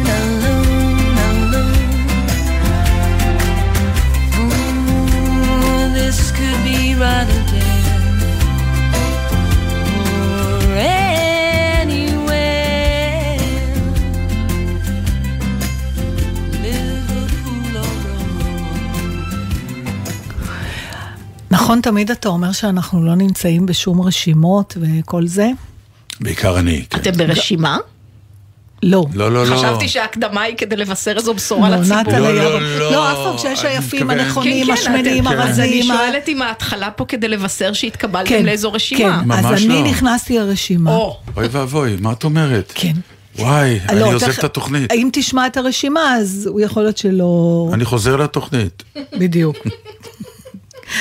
Speaker 4: Alone, alone. Ooh, this could be Rotterdam or anywhere. Liverpool or Rome.
Speaker 2: נכון, תמיד אתה אומר שאנחנו לא נמצאים בשום רשימות וכל זה?
Speaker 1: בעיקר אני, כן.
Speaker 3: אתם ברשימה?
Speaker 2: לא.
Speaker 1: לא, לא, לא.
Speaker 3: חשבתי שההקדמה היא כדי לבשר איזו בשורה
Speaker 2: לא,
Speaker 3: לציבור.
Speaker 2: נתן
Speaker 1: לא,
Speaker 2: היה-
Speaker 1: לא, לא.
Speaker 2: לא, אף פעם שיש
Speaker 1: אני
Speaker 2: היפים,
Speaker 1: מתכוון-
Speaker 2: הנכונים,
Speaker 3: כן,
Speaker 2: השמנים,
Speaker 3: אתם- אז אני
Speaker 2: הרזים. ה-
Speaker 3: שואלת אם ההתחלה פה כדי לבשר
Speaker 2: כן,
Speaker 3: שהתקבלתם לאיזו רשימה.
Speaker 2: כן, אז
Speaker 1: ממש
Speaker 2: אני
Speaker 1: לא.
Speaker 2: נכנסתי לרשימה.
Speaker 3: או,
Speaker 1: אוי ואבוי, מה את אומרת?
Speaker 2: כן.
Speaker 1: וואי, אני
Speaker 2: לא,
Speaker 1: עוזב
Speaker 2: תכף-
Speaker 1: את התוכנית.
Speaker 2: אם תשמע את הרשימה, אז הוא יכול להיות שלא...
Speaker 1: אני חוזר לתוכנית.
Speaker 2: בדיוק.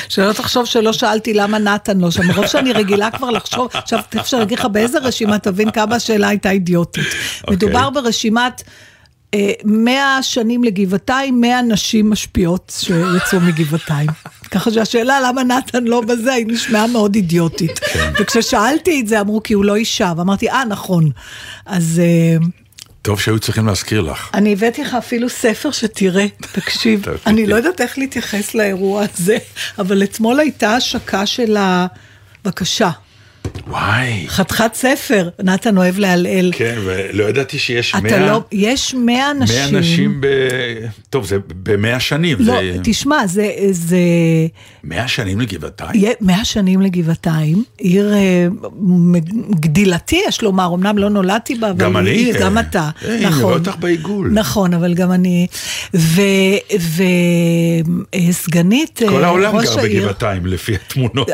Speaker 2: שלא תחשוב שלא שאלתי למה נתן לא שם, מרוב שאני רגילה כבר לחשוב, עכשיו תכף שאני אגיד לך באיזה רשימה, תבין כמה השאלה הייתה אידיוטית. Okay. מדובר ברשימת אה, 100 שנים לגבעתיים, 100 נשים משפיעות שיצאו מגבעתיים. ככה שהשאלה למה נתן לא בזה, היא נשמעה מאוד אידיוטית. וכששאלתי את זה, אמרו כי הוא לא אישה, ואמרתי, אה, נכון. אז... אה,
Speaker 1: טוב שהיו צריכים להזכיר לך.
Speaker 2: אני הבאתי לך אפילו ספר שתראה, תקשיב,
Speaker 1: טוב,
Speaker 2: אני
Speaker 1: תראי.
Speaker 2: לא יודעת איך להתייחס לאירוע הזה, אבל אתמול הייתה השקה של הבקשה.
Speaker 1: וואי.
Speaker 2: חתיכת ספר, נתן אוהב להלעל.
Speaker 1: כן, ולא ידעתי שיש
Speaker 2: אתה לא, יש 100
Speaker 1: מאה
Speaker 2: אנשים.
Speaker 1: אנשים ב... טוב, זה במאה שנים.
Speaker 2: לא,
Speaker 1: זה...
Speaker 2: תשמע, זה, זה
Speaker 1: מאה שנים לגבעתיים?
Speaker 2: יהיה 100 שנים לגבעתיים, עיר אה, מ- גדילתי, יש לומר, אמנם לא נולדתי בה, אבל
Speaker 1: גם אני,
Speaker 2: גם
Speaker 1: אה,
Speaker 2: אתה,
Speaker 1: אה, אני
Speaker 2: נכון.
Speaker 1: רואה אותך בעיגול.
Speaker 2: נכון, אבל גם אני. וסגנית אה,
Speaker 1: כל העולם
Speaker 2: ראש
Speaker 1: גר
Speaker 2: העיר, אה,
Speaker 1: בגבעתיים, לפי התמונות.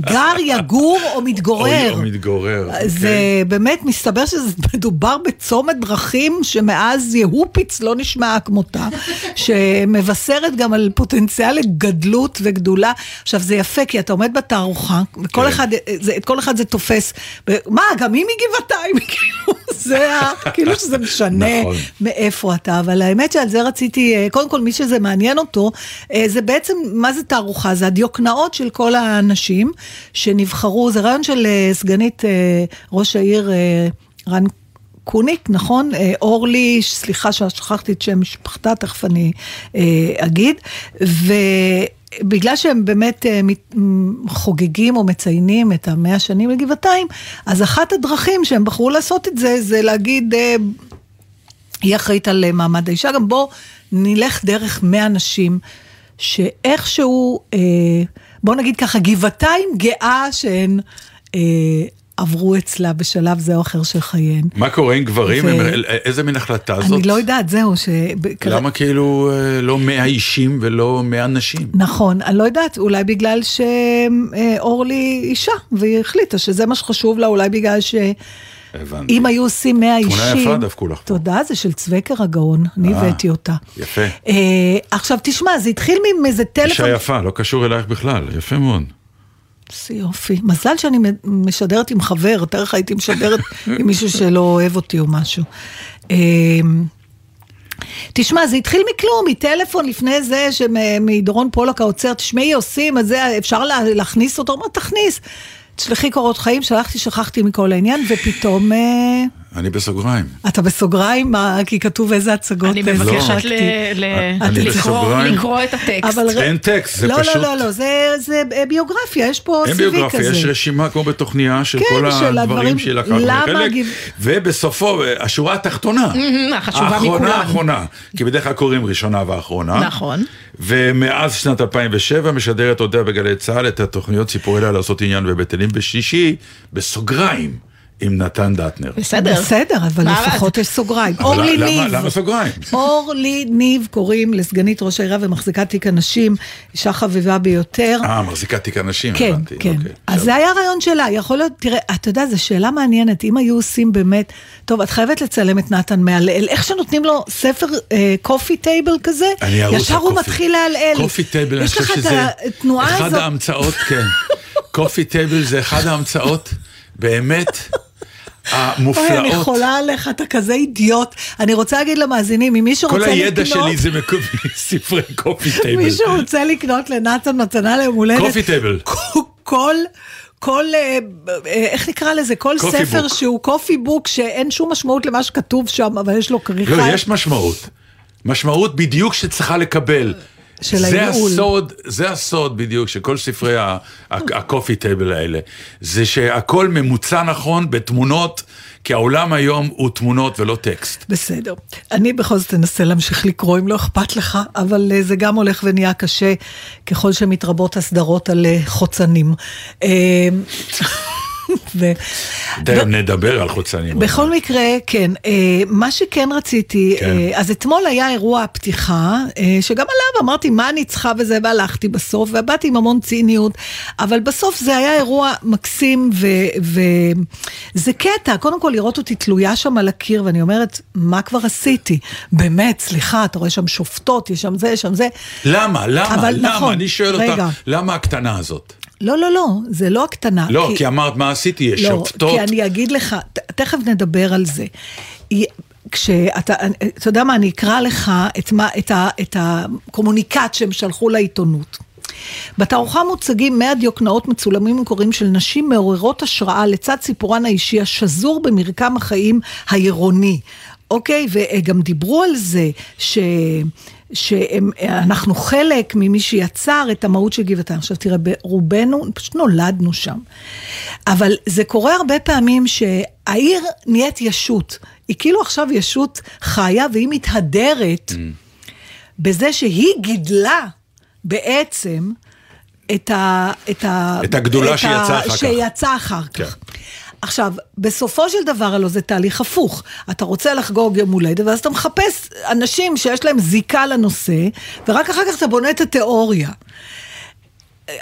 Speaker 2: גר, יגור או מתגורר.
Speaker 1: או- או מתגורר,
Speaker 2: אה, זה
Speaker 1: אוקיי.
Speaker 2: באמת, מסתבר שמדובר בצומת דרכים שמאז יהופיץ לא נשמעה כמותה, שמבשרת גם על פוטנציאל לגדלות וגדולה. עכשיו, זה יפה, כי אתה עומד בתערוכה, וכל
Speaker 1: כן.
Speaker 2: אחד, זה, את כל אחד זה תופס. ו- מה, גם היא מגבעתיים, כאילו, זה ה... כאילו שזה משנה.
Speaker 1: נכון.
Speaker 2: מאיפה אתה, אבל האמת שעל זה רציתי, אה, קודם כל מי שזה מעניין אותו, אה, זה בעצם, מה זה תערוכה? זה הדיוקנאות של כל האנשים שנבחרו, זה רעיון של אה, סגנית אה, ראש העיר אה, רן קוניק, נכון? אה, אורלי, סליחה ששכחתי את שם משפחתה, תכף אני אה, אגיד, ו... בגלל שהם באמת אה, מת- מ- חוגגים או מציינים את המאה שנים לגבעתיים, אז אחת הדרכים שהם בחרו לעשות את זה, זה להגיד, אה, היא אחראית על אה, מעמד האישה, גם בוא נלך דרך 100 נשים, שאיכשהו, אה, בוא נגיד ככה, גבעתיים גאה שהן אה, עברו אצלה בשלב זה או אחר של חייהן.
Speaker 1: כן. מה קורה עם גברים?
Speaker 2: ו-
Speaker 1: הם- איזה מין החלטה זאת?
Speaker 2: אני לא יודעת, זהו, ש...
Speaker 1: למה כאילו אה, לא 100 אישים ולא 100 נשים?
Speaker 2: נכון, אני לא יודעת, אולי בגלל שאורלי אישה, והיא החליטה שזה מה שחשוב לה, אולי בגלל שאם
Speaker 1: הבנתי.
Speaker 2: היו עושים 100 אישים...
Speaker 1: תמונה יפה דפקו לך פה.
Speaker 2: תודה, זה של צווקר הגאון, אני
Speaker 1: אה,
Speaker 2: הבאתי אותה.
Speaker 1: יפה.
Speaker 2: אה, עכשיו, תשמע, זה התחיל מאיזה טלפון...
Speaker 1: אישה יפה, לא קשור אלייך בכלל, יפה מאוד.
Speaker 2: איזה יופי. מזל שאני משדרת עם חבר, יותר איך הייתי משדרת עם מישהו שלא אוהב אותי או משהו. אמ, תשמע, זה התחיל מכלום, מטלפון לפני זה, שמ- מדורון פולק האוצר, תשמעי, עושים את זה, אפשר לה- להכניס אותו, אמרת, תכניס. תשלחי קורות חיים, שלחתי, שכחתי מכל העניין, ופתאום... אה,
Speaker 1: אני בסוגריים.
Speaker 2: אתה בסוגריים, מה, כי כתוב איזה הצגות.
Speaker 3: אני
Speaker 2: אה,
Speaker 3: מבקשת
Speaker 2: זרקתי.
Speaker 3: ל- ל-
Speaker 1: אני
Speaker 3: לקרוא-
Speaker 1: בסוגריים.
Speaker 3: לקרוא את הטקסט.
Speaker 2: אבל ר-
Speaker 1: אין טקסט, זה
Speaker 2: לא,
Speaker 1: פשוט-
Speaker 2: לא, לא, לא, זה, זה ביוגרפיה, יש פה
Speaker 1: אין
Speaker 2: סיבי כזה.
Speaker 1: ביוגרפיה, יש רשימה כמו בתוכניה של
Speaker 2: כן,
Speaker 1: כל
Speaker 2: של
Speaker 1: הדברים
Speaker 2: הדברים-
Speaker 1: שלקחנו
Speaker 2: למה
Speaker 1: חלק,
Speaker 2: הגיב-
Speaker 1: ובסופו, אה, השורה התחתונה.
Speaker 3: החשובה מכולם.
Speaker 1: האחרונה, האחרונה, כי בדרך כלל קוראים ראשונה ואחרונה.
Speaker 3: נכון.
Speaker 1: ומאז שנת 2007 משדרת אודה בגלי צה"ל את התוכניות סיפורי לה לעשות עניין בבית אלים בשישי, בסוגריים, עם נתן דטנר.
Speaker 3: בסדר.
Speaker 2: בסדר, אבל
Speaker 3: מה
Speaker 2: לפחות
Speaker 3: רע?
Speaker 2: יש סוגריים.
Speaker 1: אבל
Speaker 2: אורלי
Speaker 1: למה-
Speaker 2: ניב.
Speaker 1: למה סוגריים?
Speaker 2: אורלי ניב קוראים לסגנית ראש העירייה ומחזיקת תיק הנשים, אישה חביבה ביותר.
Speaker 1: אה, מחזיקה תיק אנשים,
Speaker 2: כן,
Speaker 1: הבנתי.
Speaker 2: כן.
Speaker 1: אוקיי,
Speaker 2: אז
Speaker 1: בסדר.
Speaker 2: זה היה הרעיון שלה, יכול להיות, תראה, אתה יודע, זו שאלה מעניינת, אם היו עושים באמת, טוב, את חייבת לצלם את נתן מהלל, איך שנותנים לו ספר קופי טייבל כזה,
Speaker 1: אני ארוס
Speaker 2: ישר הוא
Speaker 1: הקופי.
Speaker 2: מתחיל להלל.
Speaker 1: קופי טייבל, אני
Speaker 2: יש לך
Speaker 1: חושב
Speaker 2: את
Speaker 1: שזה
Speaker 2: התנועה
Speaker 1: אחד
Speaker 2: הזאת,
Speaker 1: ההמצאות, כן. קופי טייבל זה אחד ההמצאות, באמת,
Speaker 2: אוי, אני
Speaker 1: המופלאות.
Speaker 2: חולה עליך, אתה כזה אידיוט. אני רוצה להגיד למאזינים, אם מישהו
Speaker 1: כל
Speaker 2: רוצה לקנות...
Speaker 1: הידע שלי זה מקו- ספרי קופי טייבל.
Speaker 2: מי שרוצה לקנות לנתן מתנה ליום הולדת,
Speaker 1: קופי טייבל.
Speaker 2: כל, כל, אה, אה, איך נקרא לזה? כל
Speaker 1: קופי
Speaker 2: ספר
Speaker 1: בוק.
Speaker 2: שהוא קופי בוק, שאין שום משמעות למה שכתוב שם, אבל יש לו כריכה.
Speaker 1: לא, יש משמעות. משמעות בדיוק שצריכה לקבל.
Speaker 2: של
Speaker 1: זה
Speaker 2: הייעול.
Speaker 1: הסוד, זה הסוד בדיוק של כל ספרי ה- ה- הקופי טייבל האלה. זה שהכל ממוצע נכון בתמונות, כי העולם היום הוא תמונות ולא טקסט.
Speaker 2: בסדר. אני בכל זאת אנסה להמשיך לקרוא, אם לא אכפת לך, אבל אה, זה גם הולך ונהיה קשה ככל שמתרבות הסדרות על אה, חוצנים. אה, ו...
Speaker 1: תכף נדבר על חוצנים.
Speaker 2: בכל מקרה, כן. אה, מה שכן רציתי,
Speaker 1: כן.
Speaker 2: כן. אה, אז אתמול היה אירוע הפתיחה, אה, שגם עליו אמרתי מה אני צריכה וזה, והלכתי בסוף, ובאתי עם המון ציניות, אבל בסוף זה היה אירוע מקסים, וזה קטע, קודם כל לראות אותי תלויה שם על הקיר, ואני אומרת, מה כבר עשיתי? באמת, סליחה, אתה רואה שם שופטות, יש שם זה, יש שם זה.
Speaker 1: למה? למה?
Speaker 2: אבל
Speaker 1: למה?
Speaker 2: נכון,
Speaker 1: אני שואל
Speaker 2: רגע.
Speaker 1: אותך, למה הקטנה הזאת?
Speaker 2: לא, לא, לא, זה לא הקטנה.
Speaker 1: לא, כי אמרת מה עשיתי, יש
Speaker 2: לא,
Speaker 1: שופטות.
Speaker 2: כי אני אגיד לך, ת, תכף נדבר על זה. היא- כשאתה, אני- אתה יודע מה, אני אקרא לך את, מה, את, ה, את הקומוניקט שהם שלחו לעיתונות. בתערוכה מוצגים 100 דיוקנאות מצולמים וקוראים של נשים מעוררות השראה לצד סיפורן האישי השזור במרקם החיים העירוני. אוקיי, וגם דיברו על זה ש... שאנחנו חלק ממי שיצר את המהות של גבעתיים. עכשיו תראה, רובנו, פשוט נולדנו שם. אבל זה קורה הרבה פעמים שהעיר נהיית ישות. היא כאילו עכשיו ישות חיה והיא מתהדרת בזה שהיא גידלה בעצם את, ה, את, ה,
Speaker 1: את הגדולה
Speaker 2: ה-
Speaker 1: שיצאה אחר כך.
Speaker 2: שיצאה אחר כך.
Speaker 1: כן.
Speaker 2: עכשיו, בסופו של דבר הלוא זה תהליך הפוך. אתה רוצה לחגוג יום הולדת, ואז אתה מחפש אנשים שיש להם זיקה לנושא, ורק אחר כך אתה בונה את התיאוריה.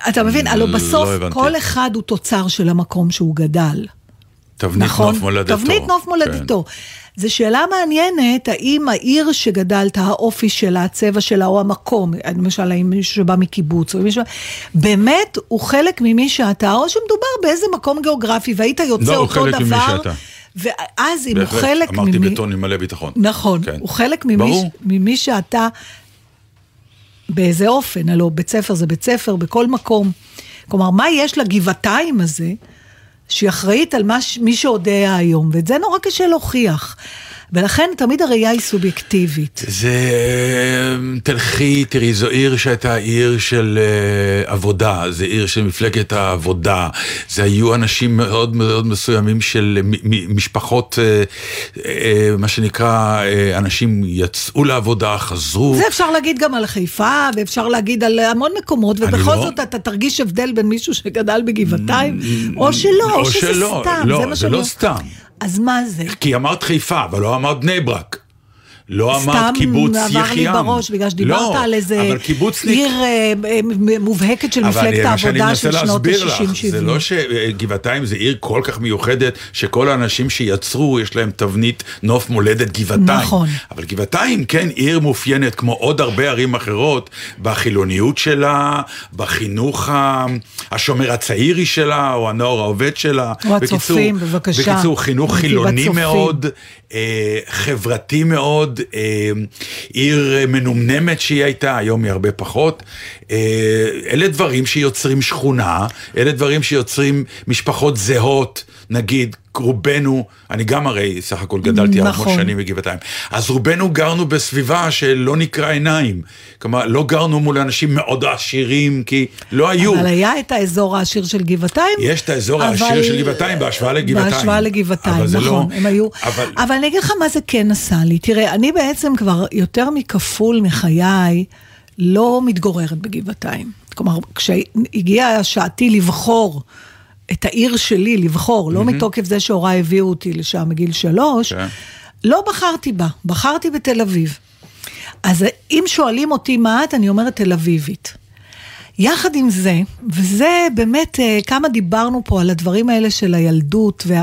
Speaker 2: אתה מבין? הלוא
Speaker 1: לא
Speaker 2: בסוף
Speaker 1: הבנתי.
Speaker 2: כל אחד הוא תוצר של המקום שהוא גדל.
Speaker 1: תבנית נוף מולדתו.
Speaker 2: נכון,
Speaker 1: כן,
Speaker 2: תבנית נוף מולדתו. זו שאלה מעניינת, האם העיר שגדלת, האופי שלה, הצבע שלה, או המקום, למשל, האם מישהו שבא מקיבוץ, או מישהו, באמת הוא חלק ממי שאתה, או שמדובר באיזה מקום גיאוגרפי, והיית יוצא
Speaker 1: לא, הוא
Speaker 2: אותו
Speaker 1: חלק
Speaker 2: דבר.
Speaker 1: ממי שאתה.
Speaker 2: ואז אם
Speaker 1: כן.
Speaker 2: הוא
Speaker 1: בהחלט,
Speaker 2: חלק ממי...
Speaker 1: אמרתי בטון עם מלא ביטחון.
Speaker 2: נכון,
Speaker 1: כן.
Speaker 2: הוא חלק ממי,
Speaker 1: ברור.
Speaker 2: ממי שאתה, באיזה אופן, הלוא בית ספר זה בית ספר, בכל מקום. כלומר, מה יש לגבעתיים הזה, שהיא אחראית על מה, ש- מי שעוד היה היום, ואת זה נורא קשה להוכיח. ולכן תמיד הראייה היא סובייקטיבית.
Speaker 1: זה, אה, תלכי, תראי, זו עיר שהייתה עיר של אה, עבודה, זו עיר של מפלגת העבודה, זה היו אנשים מאוד מאוד מסוימים של אה, מ- מ- משפחות, אה, אה, מה שנקרא, אה, אנשים יצאו לעבודה, חזרו.
Speaker 2: זה אפשר להגיד גם על חיפה, ואפשר להגיד על המון מקומות,
Speaker 1: אני
Speaker 2: ובכל
Speaker 1: לא-
Speaker 2: זאת אתה תרגיש הבדל בין מישהו שגדל בגבעתיים, או שלא, או שזה
Speaker 1: שלא,
Speaker 2: סתם,
Speaker 1: לא,
Speaker 2: זה מה
Speaker 1: זה
Speaker 2: שאני-
Speaker 1: לא סתם.
Speaker 2: אז מה זה?
Speaker 1: כי אמרת חיפה, אבל לא אמרת בני ברק. לא
Speaker 2: סתם
Speaker 1: אמרת קיבוץ יחיעם.
Speaker 2: עבר לי בראש, בגלל שדיברת
Speaker 1: לא,
Speaker 2: על איזה
Speaker 1: אבל קיבוצניק...
Speaker 2: עיר אה, אה, מ- מובהקת של
Speaker 1: אבל אה,
Speaker 2: מפלגת
Speaker 1: מה שאני
Speaker 2: העבודה
Speaker 1: מנסה
Speaker 2: של שנות
Speaker 1: להסביר לך,
Speaker 2: ה-60-70.
Speaker 1: זה לא שגבעתיים זה עיר כל כך מיוחדת, שכל האנשים שיצרו, יש להם תבנית נוף מולדת גבעתיים.
Speaker 2: נכון.
Speaker 1: אבל גבעתיים כן עיר מאופיינת, כמו עוד הרבה ערים אחרות, בחילוניות שלה, בחינוך ה- השומר הצעירי שלה, או הנוער העובד שלה.
Speaker 2: או
Speaker 1: בקיצור-
Speaker 2: הצופים, בבקשה.
Speaker 1: בקיצור, חינוך
Speaker 2: נתיב
Speaker 1: חילוני
Speaker 2: הצופים.
Speaker 1: מאוד, אה, חברתי מאוד, אה, עיר אה, מנומנמת שהיא הייתה, היום היא הרבה פחות. אה, אלה דברים שיוצרים שכונה, אלה דברים שיוצרים משפחות זהות, נגיד. רובנו, אני גם הרי סך הכל גדלתי
Speaker 2: נכון.
Speaker 1: נכון. המון שנים בגבעתיים, אז רובנו גרנו בסביבה שלא נקרע עיניים. כלומר, לא גרנו מול אנשים מאוד עשירים, כי לא היו.
Speaker 2: אבל היה את האזור העשיר של גבעתיים.
Speaker 1: יש את האזור
Speaker 2: אבל-
Speaker 1: העשיר של גבעתיים בהשוואה לגבעתיים.
Speaker 2: בהשוואה לגבעתיים,
Speaker 1: אבל זה לא-
Speaker 2: נכון, הם היו.
Speaker 1: אבל-
Speaker 2: אבל אני אגיד לך מה זה כן עשה לי. תראה, אני בעצם כבר יותר מכפול מחיי לא מתגוררת בגבעתיים. כלומר, כשהגיעה שעתי לבחור את העיר שלי, לבחור, לא מתוקף זה שהוריי הביאו אותי לשם מגיל שלוש,
Speaker 1: כן.
Speaker 2: לא בחרתי בה, בחרתי בתל אביב. אז אם שואלים אותי מה את, אני אומרת תל אביבית. יחד עם זה, וזה באמת, אה, כמה דיברנו פה על הדברים האלה של הילדות, וה...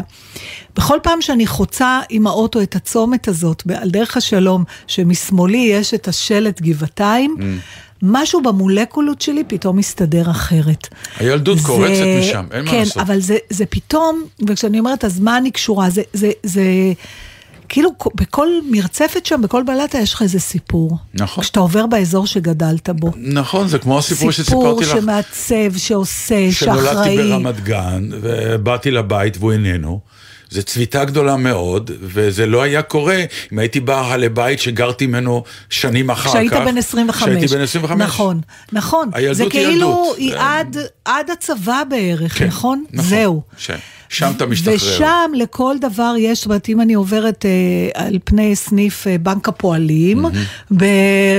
Speaker 2: בכל פעם שאני חוצה עם האוטו את הצומת הזאת, ב- על דרך השלום, שמשמאלי יש את השלט גבעתיים,
Speaker 1: Mm.
Speaker 2: משהו במולקולות שלי פתאום מסתדר אחרת.
Speaker 1: הילדות קורצת משם, אין מה
Speaker 2: כן,
Speaker 1: לעשות.
Speaker 2: אבל זה, זה פתאום, וכשאני אומרת, אז מה אני קשורה? זה, זה, זה, כאילו, כ- בכל מרצפת שם, בכל בלטה, יש לך איזה סיפור.
Speaker 1: נכון.
Speaker 2: כשאתה עובר באזור שגדלת בו.
Speaker 1: נכון, זה כמו הסיפור
Speaker 2: סיפור
Speaker 1: שסיפרתי לך,
Speaker 2: שמעצב, שעושה,
Speaker 1: שנולדתי
Speaker 2: שאחראי.
Speaker 1: ברמת גן, ובאתי לבית והוא איננו. זו צביטה גדולה מאוד, וזה לא היה קורה אם הייתי בא לבית שגרתי ממנו שנים אחר כך.
Speaker 2: כשהיית בן 25.
Speaker 1: כשהייתי בן 25.
Speaker 2: נכון, נכון.
Speaker 1: הילדות
Speaker 2: זה
Speaker 1: היא
Speaker 2: כאילו
Speaker 1: ילדות.
Speaker 2: היא
Speaker 1: אה,
Speaker 2: עד, עד הצבא בערך,
Speaker 1: כן,
Speaker 2: נכון?
Speaker 1: נכון.
Speaker 2: זהו.
Speaker 1: ש- שם אתה משתחרר.
Speaker 2: ושם לכל דבר יש, זאת אומרת, אם אני עוברת אה, על פני סניף אה, בנק הפועלים, ב-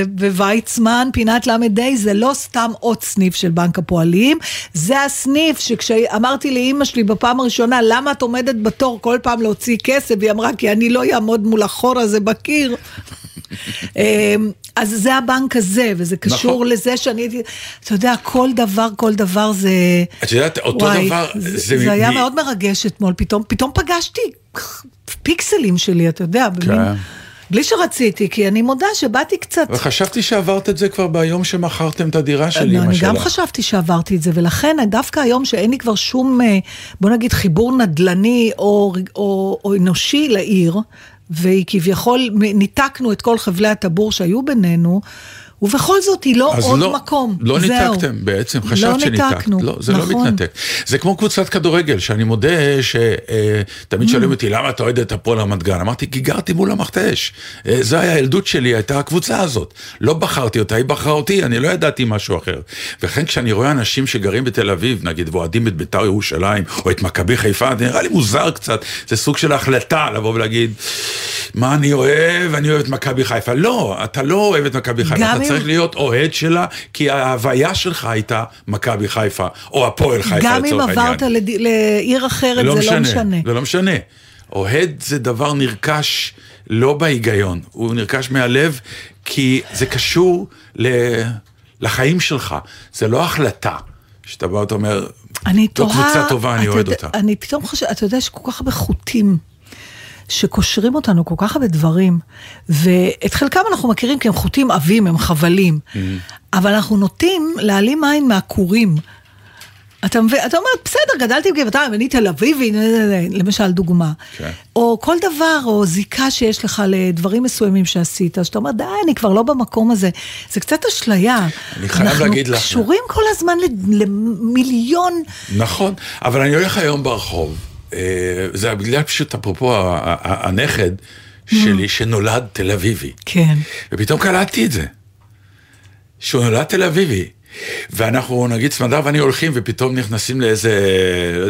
Speaker 2: בוויצמן, פינת ל"ה, זה לא סתם עוד סניף של בנק הפועלים, זה הסניף שכשאמרתי לאימא שלי בפעם הראשונה, למה את עומדת בתור כל פעם להוציא כסף, היא אמרה, כי אני לא אעמוד מול החור הזה בקיר. אה, אז זה הבנק הזה, וזה קשור
Speaker 1: נכון.
Speaker 2: לזה שאני הייתי, אתה יודע, כל דבר, כל דבר זה...
Speaker 1: את יודעת, אותו
Speaker 2: וואי,
Speaker 1: דבר,
Speaker 2: זה,
Speaker 1: זה
Speaker 2: זה, זה היה
Speaker 1: מ-
Speaker 2: מאוד מרגש אתמול, פתאום, פתאום פגשתי פיקסלים שלי, אתה יודע,
Speaker 1: כן.
Speaker 2: במין, בלי שרציתי, כי אני מודה שבאתי קצת...
Speaker 1: אבל חשבתי שעברת את זה כבר ביום שמכרתם את הדירה של
Speaker 2: לא,
Speaker 1: אמא
Speaker 2: אני
Speaker 1: שלך.
Speaker 2: גם חשבתי שעברתי את זה, ולכן דווקא היום שאין לי כבר שום, אה, בוא נגיד, חיבור נדל"ני או, או, או אנושי לעיר, והיא כביכול, מ- ניתקנו את כל חבלי הטבור שהיו בינינו, ובכל זאת היא לא
Speaker 1: אז
Speaker 2: עוד
Speaker 1: לא,
Speaker 2: מקום.
Speaker 1: לא
Speaker 2: זהו.
Speaker 1: ניתקתם בעצם, חשבת
Speaker 2: לא
Speaker 1: שניתקת.
Speaker 2: ניתקנו,
Speaker 1: לא, זה
Speaker 2: נכון.
Speaker 1: לא מתנתק. זה כמו קבוצת כדורגל, שאני מודה שתמיד
Speaker 2: Mm.
Speaker 1: שואלים אותי, למה אתה אוהד את הפועל רמת גן? אמרתי, כי גרתי מול המכתש. אה, זו היה הילדות שלי, הייתה הקבוצה הזאת. לא בחרתי אותה, היא בחרה אותי, אני לא ידעתי משהו אחר. וכן כשאני רואה אנשים שגרים בתל אביב, נגיד, ואוהדים את ביתר ירושלים, או את מכבי חיפה, זה נראה לי מוזר קצת, זה סוג של החלטה לבוא ולהגיד, מה אני אוהב, אני אוהב את מכבי חיפה. לא, אתה לא אוהב את מכבי חיפה,
Speaker 2: גם
Speaker 1: אתה
Speaker 2: אם-
Speaker 1: צריך להיות אוהד שלה, כי ההוויה שלך הייתה מכבי חיפה, או הפועל חיפה
Speaker 2: גם אם
Speaker 1: לצורך העניין.
Speaker 2: עברת לד... לעיר אחרת, זה לא משנה.
Speaker 1: זה לא משנה. אוהד זה דבר נרכש לא בהיגיון, הוא נרכש מהלב, כי זה קשור ל... לחיים שלך, זה לא החלטה. שאתה בא ואתה אומר,
Speaker 2: אני
Speaker 1: זו
Speaker 2: תוהה...
Speaker 1: קבוצה טובה, אני
Speaker 2: אתה
Speaker 1: אוהד
Speaker 2: יודע-
Speaker 1: אותה.
Speaker 2: אני פתאום חושבת, אתה יודע שכל כך הרבה חוטים שקושרים אותנו, כל כך הרבה דברים, ואת חלקם אנחנו מכירים כי הם חוטים עבים, הם חבלים,
Speaker 1: Mm-hmm.
Speaker 2: אבל אנחנו נוטים להעלים עין מהכורים. אתה מבין, אתה אומר, בסדר, גדלתי בגבעתיים, אני תל אביבי, נה, נה, נה", למשל, דוגמה.
Speaker 1: כן.
Speaker 2: או כל דבר, או זיקה שיש לך לדברים מסוימים שעשית, שאתה אומר, די, אני כבר לא במקום הזה. זה קצת אשליה.
Speaker 1: אני חייב להגיד לך-
Speaker 2: אנחנו קשורים כל הזמן ל- למיליון
Speaker 1: נכון, אבל אני הולך היום ברחוב, אה, זה בגלל פשוט אפרופו ה- ה- ה- הנכד, שלי שנולד תל אביבי.
Speaker 2: כן.
Speaker 1: ופתאום קלטתי את זה. שהוא נולד תל אביבי. ואנחנו, נגיד, סמדר ואני הולכים, ופתאום נכנסים לאיזה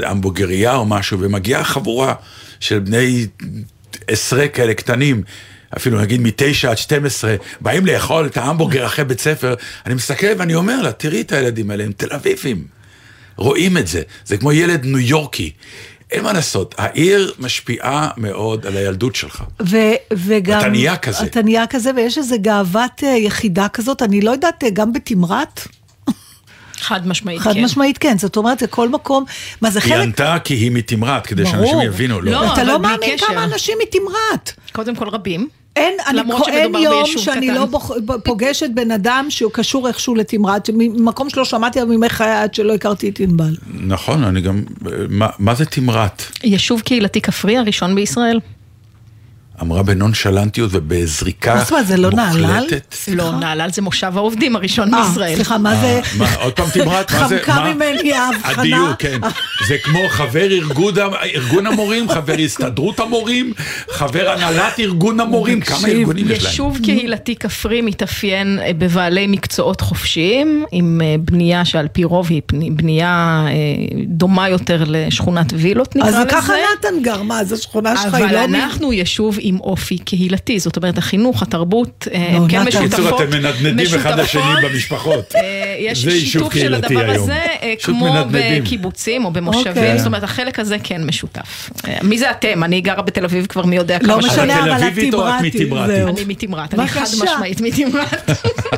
Speaker 1: המבוגריה או משהו, ומגיעה חבורה של בני עשרה כאלה קטנים, אפילו נגיד מתשע עד 12, באים לאכול את ההמבורגר אחרי בית ספר. אני מסתכל ואני אומר לה, תראי את הילדים האלה, הם תל אביבים. רואים את זה, זה כמו ילד ניו יורקי. אין מה לעשות, העיר משפיעה מאוד על הילדות שלך.
Speaker 2: ו- וגם...
Speaker 1: אתה נהיה כזה.
Speaker 2: אתה נהיה כזה, ויש איזו גאוות אה, יחידה כזאת, אני לא יודעת, אה, גם בתמרת?
Speaker 3: חד משמעית,
Speaker 2: חד
Speaker 3: כן.
Speaker 2: משמעית כן, זאת אומרת, זה כל מקום, מה זה
Speaker 1: היא
Speaker 2: חלק...
Speaker 1: ענתה כי היא מתמרת, כדי שאנשים
Speaker 2: ברור.
Speaker 1: יבינו, לא.
Speaker 3: לא,
Speaker 2: אתה
Speaker 3: אבל
Speaker 2: לא
Speaker 3: בלי
Speaker 2: מאמין
Speaker 3: קשר.
Speaker 2: כמה אנשים מתמרת.
Speaker 3: קודם כל רבים.
Speaker 2: אין, אני
Speaker 3: למרות
Speaker 2: כ- אין
Speaker 3: שמדובר
Speaker 2: יום
Speaker 3: ביישוב
Speaker 2: שאני
Speaker 3: קטן.
Speaker 2: לא בוח- ב- פוגשת בן אדם שהוא קשור איכשהו לתמרת, ממקום שלא שמעתי עליו מימי חיי עד שלא הכרתי את ענבל.
Speaker 1: נכון, אני גם... מה, מה זה תמרת?
Speaker 3: יישוב קהילתי כפרי הראשון בישראל.
Speaker 1: אמרה בנונשלנטיות ובזריקה
Speaker 2: מה זאת אומרת, זה לא נהלל?
Speaker 1: מוחלטת.
Speaker 3: לא, נהלל זה מושב העובדים הראשון
Speaker 2: אה,
Speaker 3: בישראל.
Speaker 2: סליחה, מה זה?
Speaker 1: מה, עוד פעם תמרת? מה זה?
Speaker 2: חמקה
Speaker 1: מה?
Speaker 2: ממני ההבחנה.
Speaker 1: הדיוק, כן. זה כמו חבר ארגון, ה- ארגון המורים, חבר הסתדרות המורים, חבר הנהלת ארגון המורים, כמה ארגונים יש להם?
Speaker 3: יישוב קהילתי כפרי מתאפיין אה, בבעלי מקצועות חופשיים, עם אה, בנייה שעל פי רוב היא פני- בנייה אה, דומה יותר לשכונת וילות נקרא
Speaker 2: אז
Speaker 3: לזה.
Speaker 2: ככה נתן גר, מה, זו שכונה שלך, היא
Speaker 3: אבל
Speaker 2: לא... מ-
Speaker 3: אנחנו יישוב עם אופי קהילתי, זאת אומרת החינוך, התרבות, אה,
Speaker 2: לא,
Speaker 3: הם כן
Speaker 2: נתן.
Speaker 3: משותפות.
Speaker 1: בקיצור, אתם מנדנדים אחד לשני
Speaker 3: משותפות.
Speaker 1: במשפחות.
Speaker 3: אה, יש
Speaker 1: זה יישוב
Speaker 3: שיתוף של
Speaker 1: קהילתי
Speaker 3: הדבר
Speaker 1: היום.
Speaker 3: הזה, אה,
Speaker 1: פשוט
Speaker 3: כמו
Speaker 1: מנדנדים.
Speaker 3: בקיבוצים או
Speaker 2: אוקיי.
Speaker 3: במושבים, זאת אומרת החלק הזה כן משותף. אה, מי זה אתם? אני גרה בתל אביב כבר מי יודע
Speaker 2: לא
Speaker 3: כמה שנים.
Speaker 2: משנה,
Speaker 1: אבל תל
Speaker 2: אבל את
Speaker 1: אביבית או את
Speaker 2: תמרתי,
Speaker 1: מתמרתי?
Speaker 2: זהו.
Speaker 3: אני מתמרת, אני חד
Speaker 2: בבקשה.
Speaker 3: משמעית מתמרת.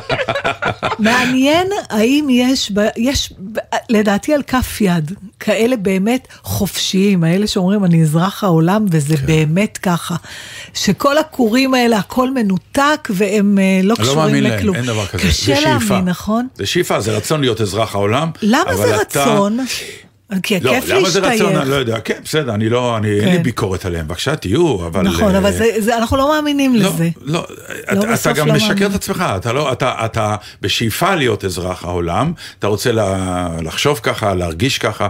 Speaker 2: מעניין האם יש, ב- יש ב- לדעתי על כף יד, כאלה באמת חופשיים, האלה שאומרים אני אזרח העולם וזה כן. באמת ככה, שכל הכורים האלה הכל מנותק והם אה, לא
Speaker 1: אני לא
Speaker 2: קשורים
Speaker 1: מאמין
Speaker 2: לכלום.
Speaker 1: להם, אין דבר כזה. זה
Speaker 2: קשה
Speaker 1: שאיפה.
Speaker 2: להאמין, נכון?
Speaker 1: זה שאיפה, זה רצון להיות אזרח העולם.
Speaker 2: למה
Speaker 1: אבל
Speaker 2: זה
Speaker 1: אתה-
Speaker 2: רצון? כי הכיף
Speaker 1: לא,
Speaker 2: להשתייך.
Speaker 1: למה זה רצון? אני לא יודע. כן, בסדר, אני לא, אני, אין לי
Speaker 2: כן.
Speaker 1: ביקורת עליהם. בבקשה, תהיו, אבל...
Speaker 2: נכון,
Speaker 1: אה,
Speaker 2: אבל זה, זה, אנחנו לא מאמינים
Speaker 1: לא,
Speaker 2: לזה.
Speaker 1: לא, אתה, אתה
Speaker 2: בסוף
Speaker 1: גם
Speaker 2: לא
Speaker 1: משקר את
Speaker 2: מאמין.
Speaker 1: עצמך, אתה לא, אתה, אתה בשאיפה להיות אזרח העולם, אתה רוצה לה, לחשוב ככה, להרגיש ככה,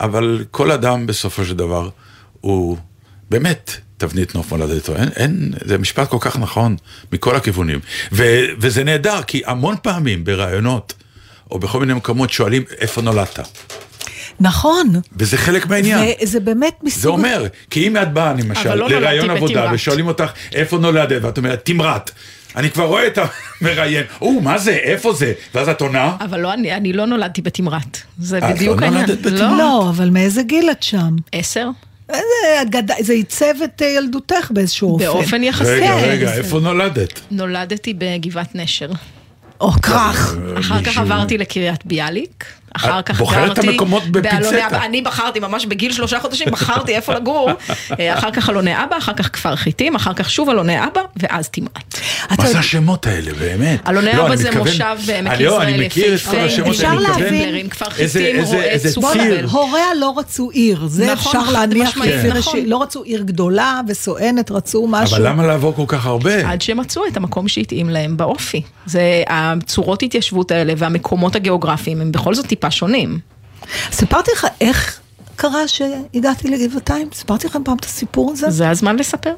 Speaker 1: אבל כל אדם בסופו של דבר הוא באמת תבנית נוף מולדתו, אין, אין, זה משפט כל כך נכון מכל הכיוונים, ו, וזה נהדר, כי המון פעמים בראיונות, או בכל מיני מקומות שואלים איפה נולדת,
Speaker 2: נכון.
Speaker 1: וזה חלק מהעניין.
Speaker 2: וזה באמת מסוג...
Speaker 1: זה אומר, כי אם את באה למשל
Speaker 3: אבל לא נולדתי
Speaker 1: לראיון עבודה
Speaker 3: בתמרת.
Speaker 1: ושואלים אותך איפה נולדת, ואת אומרת תמרת. אני כבר רואה את המראיין, או מה זה, איפה זה, ואז את עונה,
Speaker 3: אבל לא, אני, אני לא נולדתי בתמרת. זה
Speaker 1: לא
Speaker 3: בדיוק העניין.
Speaker 1: נולדת בתמרת?
Speaker 2: לא, אבל מאיזה גיל את שם?
Speaker 3: עשר?
Speaker 2: זה, את גד- זה עיצב את אה, ילדותך באיזשהו אופן.
Speaker 3: באופן יחסי.
Speaker 1: רגע,
Speaker 2: כן,
Speaker 1: רגע,
Speaker 2: זה-
Speaker 1: איפה נולדת?
Speaker 3: נולדתי בגבעת נשר.
Speaker 2: או כרך.
Speaker 3: אחר כך
Speaker 1: מישהו-
Speaker 3: עברתי לקריית ביאליק. אחר
Speaker 1: את
Speaker 3: כך
Speaker 1: בוחרת את
Speaker 3: גרתי...
Speaker 1: המקומות בפינצטה.
Speaker 3: באלוני אבא. אני בחרתי ממש בגיל שלושה חודשים, בחרתי איפה לגור. אה, אחר כך אלוני אבא, אחר כך כפר חיטים, אחר כך שוב אלוני אבא, ואז תמרת.
Speaker 1: מה זה
Speaker 2: אתה-
Speaker 1: השמות האלה, באמת?
Speaker 3: אלוני
Speaker 1: לא,
Speaker 3: אבא
Speaker 1: אני
Speaker 3: זה
Speaker 1: מתכוון-
Speaker 3: מושב בעמק
Speaker 1: אני לא, אני
Speaker 3: יזרעאל,
Speaker 1: מכיר את כל
Speaker 3: יפהפה.
Speaker 1: השמות,
Speaker 2: אפשר
Speaker 1: אני מתכוון,
Speaker 2: להבין-
Speaker 3: כפר
Speaker 1: איזה-
Speaker 3: חיטים,
Speaker 1: איזה-
Speaker 3: רועה,
Speaker 1: איזה
Speaker 3: צופר.
Speaker 1: ציר.
Speaker 2: הוריה לא רצו עיר, זה
Speaker 3: נכון,
Speaker 2: אפשר
Speaker 3: חד
Speaker 2: להניח
Speaker 3: משמעית,
Speaker 2: לפי
Speaker 3: כן.
Speaker 2: ראשי,
Speaker 3: נכון.
Speaker 2: לא רצו עיר גדולה וסואנת, רצו משהו.
Speaker 1: אבל למה לעבור כל כך הרבה?
Speaker 3: עד שמצאו את המקום שהתאים להם באופי. זה הצורות התיישבות האלה והמקומות הגיאוגרפיים הם בכל זאת טיפה שונים.
Speaker 2: סיפרתי לך איך קרה שהגעתי לגבעתיים? סיפרתי לכם פעם את הסיפור הזה?
Speaker 3: זה הזמן לספר.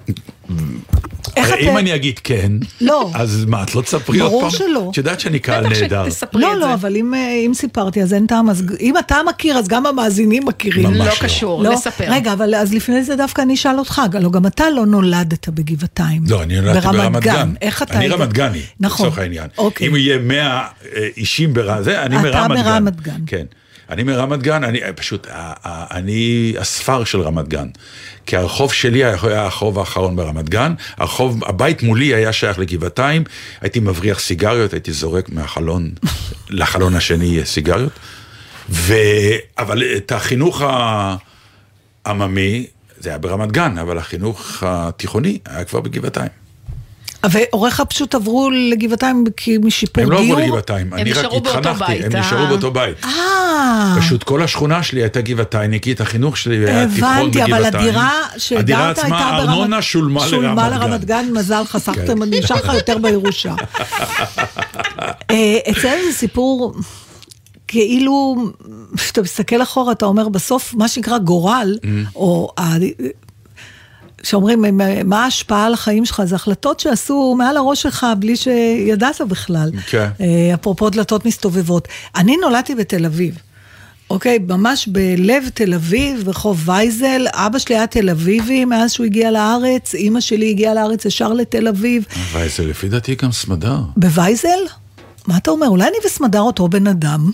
Speaker 2: איך
Speaker 1: הרי
Speaker 2: אתם-
Speaker 1: אם אני אגיד כן,
Speaker 2: לא.
Speaker 1: אז מה, את לא תספרי עוד פעם?
Speaker 2: ברור שלא.
Speaker 1: את יודעת שאני קהל
Speaker 3: בטח
Speaker 1: נהדר.
Speaker 3: שתספרי את
Speaker 2: לא,
Speaker 3: זה.
Speaker 2: לא, אבל אם, אה, אם סיפרתי אז אין טעם, אז אם אתה מכיר אז גם המאזינים מכירים.
Speaker 1: ממש
Speaker 3: לא
Speaker 1: לא.
Speaker 3: קשור,
Speaker 2: לא,
Speaker 3: לספר.
Speaker 2: רגע, אבל אז לפני זה דווקא אני אשאל אותך, הלוא גם אתה לא נולדת בגבעתיים.
Speaker 1: לא, אני נולדתי ברמת גן.
Speaker 2: איך אתה...
Speaker 1: אני
Speaker 2: הגעת?
Speaker 1: רמת גני,
Speaker 2: נכון.
Speaker 1: לצורך העניין.
Speaker 2: אוקיי.
Speaker 1: אם יהיה 100 אה, אישים ברמת זה, אני
Speaker 2: אתה
Speaker 1: מרמת גן.
Speaker 2: מרמת גן.
Speaker 1: כן. אני מרמת גן, אני אה, פשוט, אה, אה, אני הספר של רמת גן. כי הרחוב שלי היה היה הרחוב האחרון ברמת גן, הרחוב, הבית מולי היה שייך לגבעתיים, הייתי מבריח סיגריות, הייתי זורק מהחלון, לחלון השני סיגריות. ו... אבל את החינוך ה... עממי, זה היה ברמת גן, אבל החינוך התיכוני היה כבר בגבעתיים.
Speaker 2: והוריך פשוט עברו לגבעתיים כי משיפור
Speaker 1: הם
Speaker 2: דיור?
Speaker 1: לא עברו לגבעתיים, אני רק
Speaker 3: נשארו באותו
Speaker 1: התחנכתי,
Speaker 3: בית,
Speaker 1: הם
Speaker 3: אה?
Speaker 1: נשארו באותו בית.
Speaker 2: אה,
Speaker 1: פשוט כל השכונה שלי הייתה גבעתייניקית, החינוך שלי היה תיכון בגבעתיים.
Speaker 2: הבנתי, אבל הדירה
Speaker 1: הדירה
Speaker 2: שגרת הייתה ברמת...
Speaker 1: עצמה, ארנונה שולמה
Speaker 2: שולמה לרמת
Speaker 1: לרמת גן. כן.
Speaker 2: גן, מזל, חסכתם, נשאר לך יותר בירושה. אה, אצלנו זה סיפור... כאילו, כשאתה מסתכל אחורה, אתה אומר, בסוף, מה שנקרא גורל, או ה- שאומרים, "מה- מה ההשפעה על החיים שלך? זה החלטות שעשו מעל הראש שלך בלי שידעת בכלל.
Speaker 1: כן.
Speaker 2: אה, אפרופו דלתות מסתובבות. אני נולדתי בתל אביב. אוקיי, ממש בלב תל אביב, ברחוב וייזל, אבא שלי היה תל אביבי מאז שהוא הגיע לארץ, אימא שלי הגיעה לארץ ישר לתל אביב.
Speaker 1: אבל זה לפי דעתי גם סמדר.
Speaker 2: בווייזל? מה אתה אומר? אולי אני וסמדר אותו בן אדם?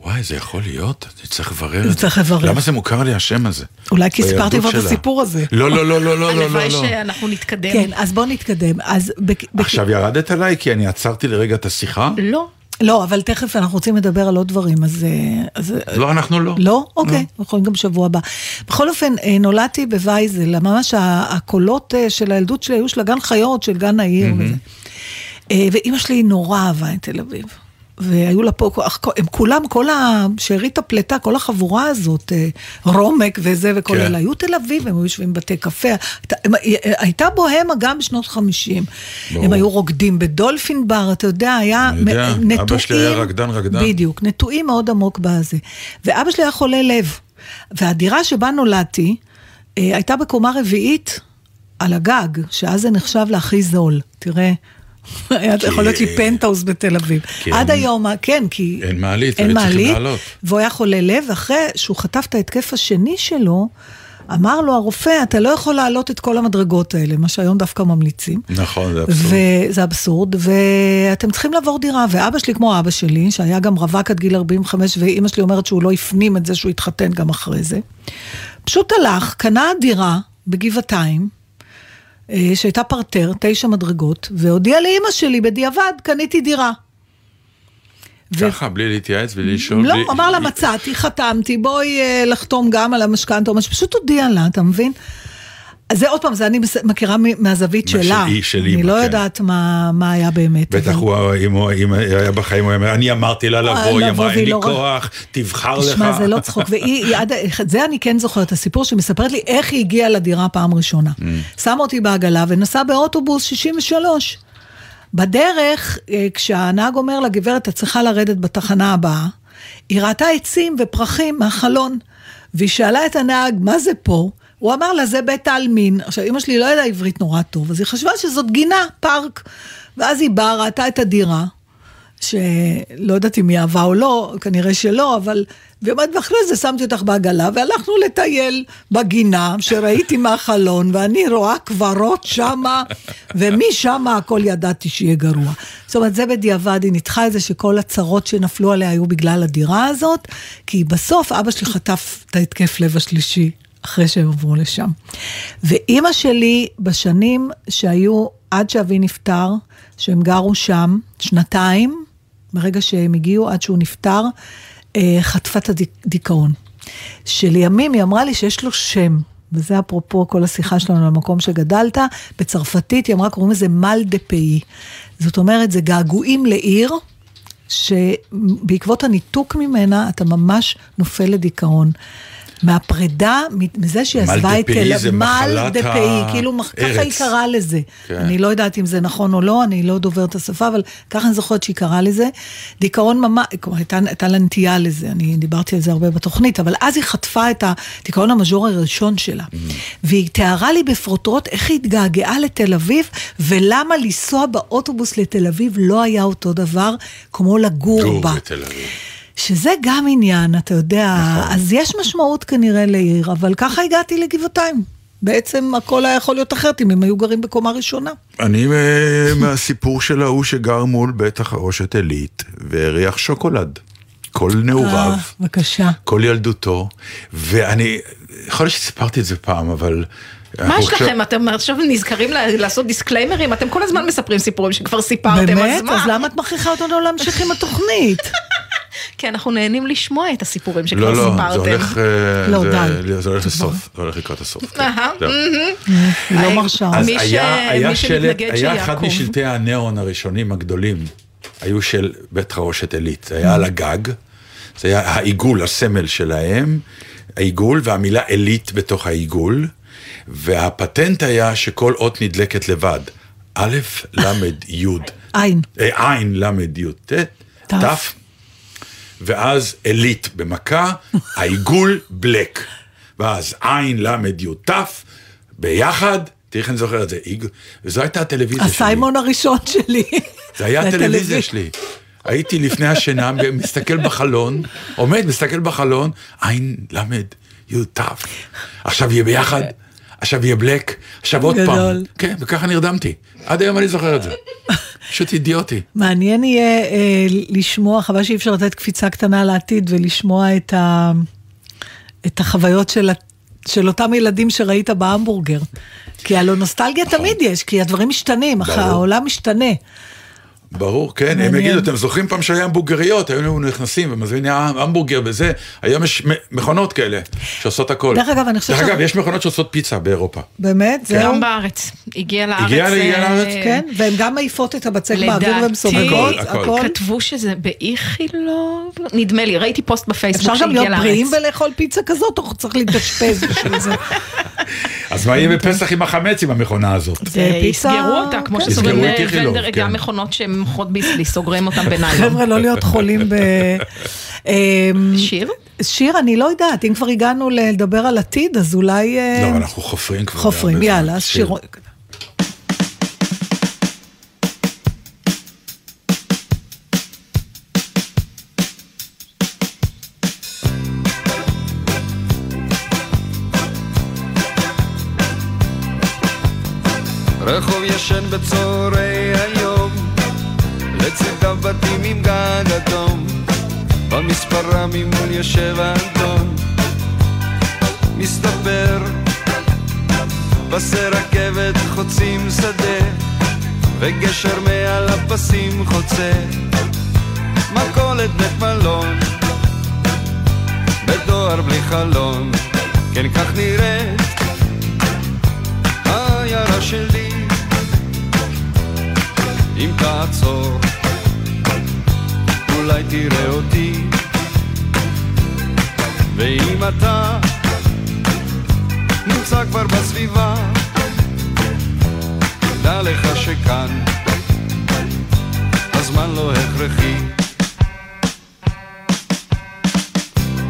Speaker 1: וואי, זה יכול להיות? אני צריך לברר את זה.
Speaker 2: צריך לברר.
Speaker 1: למה זה מוכר לי השם הזה?
Speaker 2: אולי כי סיפרתי
Speaker 1: בילדות
Speaker 2: כבר את
Speaker 1: שלה.
Speaker 2: הסיפור הזה.
Speaker 1: לא, לא, לא, לא, לא, לא, לא.
Speaker 3: הלוואי
Speaker 1: לא.
Speaker 3: שאנחנו נתקדם.
Speaker 2: כן, אז בואו נתקדם. אז... בק- בק-
Speaker 1: עכשיו ירדת עליי כי אני עצרתי לרגע את השיחה?
Speaker 3: לא.
Speaker 2: לא, אבל תכף אנחנו רוצים לדבר על עוד דברים, אז... אה, אז אה,
Speaker 1: לא, אנחנו לא.
Speaker 2: לא? אוקיי, נכון, גם שבוע הבא. בכל אופן, אה, נולדתי בווייזל, ממש ה- הקולות אה, של הילדות שלי היו של הגן חיות, של גן העיר וזה. אה, ואימא שלי נורא אהבה את תל אביב. והיו לה פה, אך- הם כולם, כל השארית הפלטה, כל החבורה הזאת, אה, רומק וזה וכל
Speaker 1: כן.
Speaker 2: אלה, היו תל אביב, הם היו יושבים בבתי קפה. הייתה- הם- אה, הייתה בוהמה גם בשנות חמישים.
Speaker 1: ברור.
Speaker 2: הם היו רוקדים בדולפין בר, אתה יודע, היה
Speaker 1: אני יודע,
Speaker 2: מ- נטועים.
Speaker 1: אבא שלי היה רקדן, רקדן.
Speaker 2: בדיוק, נטועים מאוד עמוק בזה. ואבא שלי היה חולה לב, והדירה שבה נולדתי אה, הייתה בקומה רביעית על הגג, שאז זה נחשב להכי זול. תראה. היה יכול להיות לי פנטהאוס בתל אביב.
Speaker 1: כי
Speaker 2: עד
Speaker 1: אין-
Speaker 2: היום, כן, כי...
Speaker 1: אין מעלית,
Speaker 2: אין
Speaker 1: היו צריכים
Speaker 2: מעלית,
Speaker 1: לעלות.
Speaker 2: והוא היה חולה לב, ואחרי שהוא חטף את ההתקף השני שלו, אמר לו הרופא, אתה לא יכול לעלות את כל המדרגות האלה, מה שהיום דווקא ממליצים.
Speaker 1: נכון, זה אבסורד.
Speaker 2: וזה אבסורד, ואתם צריכים לעבור דירה, ואבא שלי כמו אבא שלי, שהיה גם רווק עד גיל 45, ואימא שלי אומרת שהוא לא הפנים את זה שהוא התחתן גם אחרי זה, פשוט הלך, קנה דירה בגבעתיים, אה, שהייתה פרטר, תשע מדרגות, והודיע לאימא שלי, בדיעבד, קניתי דירה. ו-
Speaker 1: ככה, בלי להתייעץ, בלי לשאול.
Speaker 2: לא,
Speaker 1: בלי-
Speaker 2: הוא אמר לה, מצאתי, חתמתי, בואי אה, לחתום גם על המשכנתה, או משהו, פשוט הודיע לה, אתה מבין? אז זה עוד פעם, זה אני מס- מכירה מ- מהזווית
Speaker 1: מה
Speaker 2: שלה.
Speaker 1: של אי- של
Speaker 2: אני
Speaker 1: אמא,
Speaker 2: לא
Speaker 1: כן.
Speaker 2: יודעת מה מה היה באמת.
Speaker 1: בטח
Speaker 2: אבל-
Speaker 1: הוא, אם הוא אם היה בחיים, הוא היה אומר, אני אמרתי לה לבוא, היא
Speaker 2: לבוא
Speaker 1: אמרה, אין
Speaker 2: והיא
Speaker 1: לי
Speaker 2: לא ר-
Speaker 1: כוח, תבחר לך.
Speaker 2: תשמע, זה לא צחוק. והיא, היא עד, את זה אני כן זוכרת, הסיפור שמספרת לי איך היא הגיעה לדירה פעם ראשונה. שמה אותי בעגלה ונסעה באוטובוס 63. בדרך, אה, כשהנהג אומר לה, גברת, את צריכה לרדת בתחנה הבאה, היא ראתה עצים ופרחים מהחלון, והיא שאלה את הנהג, מה זה פה? הוא אמר לה, זה בית העלמין. עכשיו, אמא שלי לא ידעה עברית נורא טוב, אז היא חשבה שזאת גינה, פארק. ואז היא באה, ראתה את הדירה, שלא יודעת אם היא אהבה או לא, כנראה שלא, אבל... ואומרת, ואחרי זה שמתי אותך בעגלה, והלכנו לטייל בגינה, שראיתי מהחלון, ואני רואה קברות שמה, ומשם הכל ידעתי שיהיה גרוע. זאת אומרת, זה בדיעבד, היא ניתחה את זה שכל הצרות שנפלו עליה היו בגלל הדירה הזאת, כי בסוף אבא שלי חטף את ההתקף לב השלישי, אחרי שהם עברו לשם. ואימא שלי, בשנים שהיו עד שאבי נפטר, שהם גרו שם שנתיים, מרגע שהם הגיעו עד שהוא נפטר, אה, חטפה את הדיכאון. שלימים היא אמרה לי שיש לו שם, וזה אפרופו כל השיחה שלנו על המקום שגדלת, בצרפתית היא אמרה, קוראים לזה מל דה פאי. זאת אומרת, זה געגועים לעיר. שבעקבות הניתוק ממנה אתה ממש נופל לדיכאון. מהפרידה, מזה שהיא
Speaker 1: מל
Speaker 2: עזבה
Speaker 1: דה
Speaker 2: את
Speaker 1: פאי
Speaker 2: תל
Speaker 1: זה
Speaker 2: אביב, מל
Speaker 1: מחלת
Speaker 2: דה
Speaker 1: הארץ.
Speaker 2: פאי, כאילו מח- ככה היא קראה לזה.
Speaker 1: כן.
Speaker 2: אני לא יודעת אם זה נכון או לא, אני לא דוברת השפה, אבל ככה אני זוכרת שהיא קראה לזה. דיכאון ממש, כלומר הייתה, הייתה לה נטייה לזה, אני דיברתי על זה הרבה בתוכנית, אבל אז היא חטפה את הדיכאון המז'ורי הראשון שלה.
Speaker 1: Mm-hmm.
Speaker 2: והיא תיארה לי בפרוטרוט איך היא התגעגעה לתל אביב, ולמה לנסוע באוטובוס לתל אביב לא היה אותו דבר כמו לגור
Speaker 1: טוב,
Speaker 2: בה.
Speaker 1: בתל אביב.
Speaker 2: שזה גם עניין, אתה יודע, נכון. אז יש משמעות כנראה לעיר, אבל ככה הגעתי לגבעתיים. בעצם הכל היה יכול להיות אחרת אם הם היו גרים בקומה ראשונה.
Speaker 1: אני אה, מהסיפור של ההוא שגר מול בית החרושת עילית, והריח שוקולד. כל נעוריו,
Speaker 2: אה, בבקשה.
Speaker 1: כל ילדותו, ואני, יכול להיות שסיפרתי את זה פעם, אבל...
Speaker 3: מה
Speaker 1: אנחנו
Speaker 3: יש
Speaker 1: עכשיו-
Speaker 3: לכם? אתם עכשיו נזכרים ל- לעשות דיסקליימרים? אתם כל הזמן מספרים סיפורים שכבר סיפרתם, אז
Speaker 2: באמת?
Speaker 3: מה?
Speaker 2: אז למה את מכריחה אותנו לא להמשיך עם התוכנית?
Speaker 3: כי אנחנו נהנים לשמוע את הסיפורים שכבר
Speaker 1: לא, לא,
Speaker 3: סיפרתם.
Speaker 1: זה הולך... אה,
Speaker 2: לא,
Speaker 1: זה-
Speaker 2: די.
Speaker 1: זה הולך לסוף, זה הולך לקראת הסוף. כן.
Speaker 3: אהה,
Speaker 1: זהו.
Speaker 2: היא לא
Speaker 3: היי,
Speaker 2: מרשה.
Speaker 1: אז
Speaker 3: מי ש-
Speaker 1: היה, היה
Speaker 3: מי
Speaker 1: שלט,
Speaker 3: שמתנגד
Speaker 1: היה אחד
Speaker 3: שיעקוב.
Speaker 1: משלטי הניאון הראשונים הגדולים, היו של בית חרושת עילית, זה היה על הגג, זה היה העיגול, הסמל שלהם, העיגול והמילה עילית בתוך העיגול, והפטנט היה שכל אות נדלקת לבד, א', ל', י',
Speaker 2: עין.
Speaker 1: אה, עין, ל', י', ט', ת', ואז עילית במכה, העיגול בלק. ואז עין, ל', י', ת', ביחד, תראי איך אני זוכר את זה, איג- וזו הייתה הטלוויזיה שלי.
Speaker 2: הסיימון הראשון שלי.
Speaker 1: זה היה הטלוויזיה שלי. הייתי לפני השינה, מסתכל בחלון, עומד, מסתכל בחלון, עין למד, יו תו. עכשיו יהיה ביחד, עכשיו יהיה בלק, עכשיו עוד פעם.
Speaker 2: גדול.
Speaker 1: כן, וככה נרדמתי. עד היום אני זוכר את זה. פשוט אידיוטי.
Speaker 2: מעניין יהיה אה, לשמוע, חבל שאי אפשר לתת קפיצה קטנה לעתיד ולשמוע את, ה, את החוויות של, ה- של אותם ילדים שראית בהמבורגר. כי הלא נוסטלגיה תמיד יש, כי הדברים משתנים, אך
Speaker 1: נכון. ברור.
Speaker 2: העולם משתנה.
Speaker 1: ברור, כן, הם
Speaker 2: מעניין.
Speaker 1: יגידו, אתם זוכרים פעם שהיה המבורגריות, היו נכנסים ומזמינים "אה, המבורגר וזה, היום יש מ- מכונות כאלה שעושות הכל.
Speaker 2: דרך אגב, אני חושבת
Speaker 1: דרך
Speaker 2: ש-
Speaker 1: אגב, יש מכונות שעושות פיצה בארץ.
Speaker 2: באמת? זהו?
Speaker 3: כן. גם בארץ. הגיע לארץ.
Speaker 1: הגיע- הגיע
Speaker 3: אה,
Speaker 1: לארץ?
Speaker 2: כן, והן גם מעיפות את הבצק באוויר
Speaker 3: לדעתי,
Speaker 2: ומסובבות,
Speaker 1: הכל,
Speaker 2: הכל.
Speaker 3: כתבו שזה באיכילוב, נדמה לי, ראיתי פוסט
Speaker 2: אפשר
Speaker 3: בפייסבוק
Speaker 2: גם
Speaker 3: שהגיע
Speaker 2: להיות בריאים
Speaker 3: לארץ.
Speaker 2: ולאכול פיצה כזאת, או צריך להתאשפז בשביל זה?
Speaker 1: אז מה יהיה בפסח עם החמץ עם המכונה הזאת?
Speaker 2: זה פיצה-
Speaker 3: אה, יסגרו אותה, כמו
Speaker 2: כן.
Speaker 3: שסוגרים
Speaker 1: יסגרו את
Speaker 3: אה,
Speaker 1: איכילוב,
Speaker 3: ונדר,
Speaker 1: כן.
Speaker 3: גם מכונות שהן מוכרות ביסלי, סוגרים אותן בניילון.
Speaker 2: חבר'ה, לא להיות חולים ב... אמ,
Speaker 3: שיר?
Speaker 2: שיר, אני לא יודעת, אם כבר הגענו לדבר על עתיד, אז אולי אה,
Speaker 1: לא, אנחנו חופרים כבר. כן.
Speaker 2: חופרים,
Speaker 1: הרבה זמן.
Speaker 2: יאללה, אז שיר.
Speaker 5: רחוב ישן בצהרי היום, לצדם בתים עם גג אדום, במספרה ממול יושב האדום. מסתבר, פסי רכבת חוצים שדה, וגשר מעל הפסים חוצה, מכולת בית מלון, בדואר בלי חלון, כן כך נראית העיירה שלי אם תעצור אולי תראה אותי ואם אתה נמצא כבר בסביבה דע לך שכאן הזמן לא הכרחי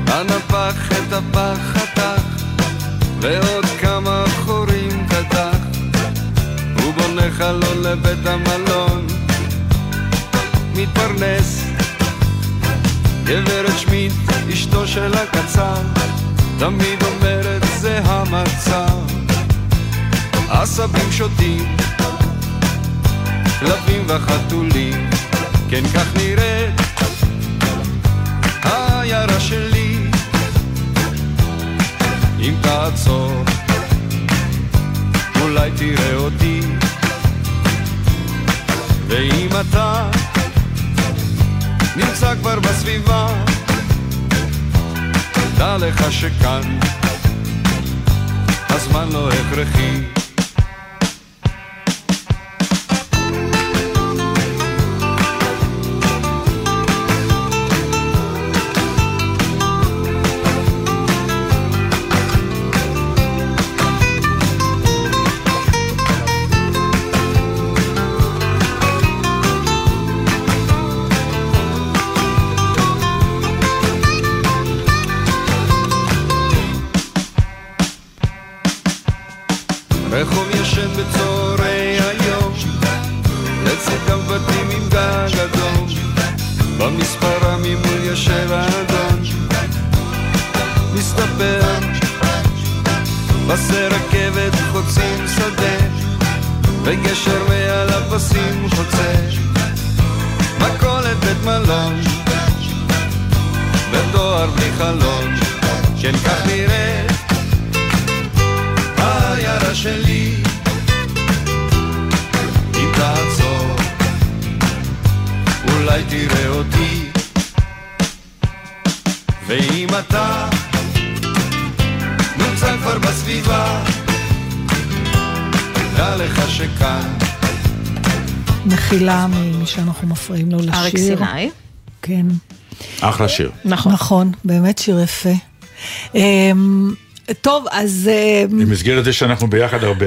Speaker 5: הנפח את הפח חתך ועוד כמה חורים קדח הוא בונה חלון לבית המלון מתפרנס גברת שמיט, אשתו של הקצר תמיד אומרת זה המצב עשבים שותים כלבים וחתולים כן כך נראית העיירה שלי אם תעצור, אולי תראה אותי. ואם אתה נמצא כבר בסביבה, דע לך שכאן הזמן לא הכרחי. רחוב ישן בצהרי היום, לצדם בתים עם גג אדום, במספרה ממול יושב האדון. מסתבר, פסי רכבת חוצים שדה, וגשר מעל הפסים חוצה, מכולת בית מלון, ודואר בלי חלון, כן כך נראית העיירה שלי אם תעצור אולי תראה אותי ואם אתה נמצא כבר בסביבה דע לך שכאן
Speaker 2: מחילה ממי שאנחנו מפריעים לו לשיר.
Speaker 3: אריק סיני.
Speaker 2: כן,
Speaker 1: אחלה שיר.
Speaker 3: נכון.
Speaker 2: נכון, באמת שיר יפה. אמ, טוב, אז אמ,
Speaker 1: במסגרת זה שאנחנו ביחד הרבה,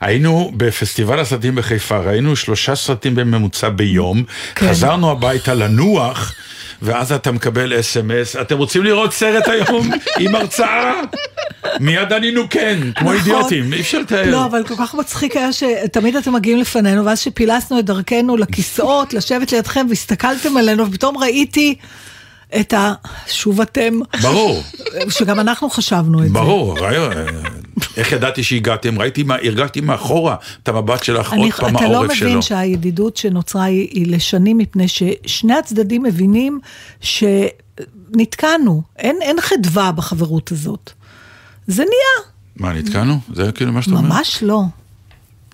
Speaker 1: היינו בפסטיבל הסרטים בחיפה, ראינו שלושה סרטים בממוצע ביום,
Speaker 2: כן.
Speaker 1: חזרנו הביתה לנוח, ואז אתה מקבל אס.אם.אס, אתם רוצים לראות סרט היום עם הרצאה? מיד ענינו כן, כמו
Speaker 2: נכון.
Speaker 1: אידיוטים, אי אפשר לתאר.
Speaker 2: לא, אבל כל כך מצחיק היה שתמיד אתם מגיעים לפנינו, ואז שפילסנו את דרכנו לכיסאות, לשבת לידכם, והסתכלתם עלינו, ופתאום ראיתי את ה... שוב אתם,
Speaker 1: ברור,
Speaker 2: שגם אנחנו חשבנו את זה.
Speaker 1: ברור, הרעיון, אה, איך ידעתי שהגעתם? ראיתי מה, הרגשתי מאחורה את המבט שלך עוד פעם
Speaker 2: אתה לא
Speaker 1: העורף
Speaker 2: מבין
Speaker 1: שלו.
Speaker 2: שהידידות שנוצרה היא, היא לשנים, מפני ששני הצדדים מבינים שנתקענו, אין, אין חדווה בחברות הזאת. זה נהיה,
Speaker 1: מה, נתקענו? זה כאילו מה שאתה אומר?
Speaker 2: ממש לא.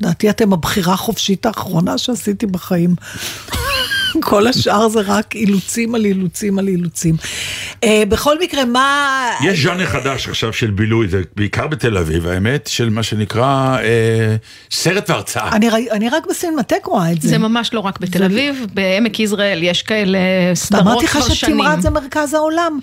Speaker 2: לדעתי אתם הבחירה החופשית האחרונה שעשיתי בחיים. כל השאר זה רק אילוצים על אילוצים על אילוצים. אה, בכל מקרה, מה...
Speaker 1: יש ז'אנר חדש עכשיו של בילוי, זה בעיקר בתל אביב, האמת, של מה שנקרא אה, סרט והרצאה.
Speaker 2: אני, ראי- אני רק בסינמטק רואה את זה.
Speaker 3: זה ממש לא רק בתל אביב, בעמק יזרעאל יש כאלה סדרות
Speaker 2: אמרתי
Speaker 3: כבר
Speaker 2: לך
Speaker 3: שנים.
Speaker 2: שתמרת זה מרכז העולם.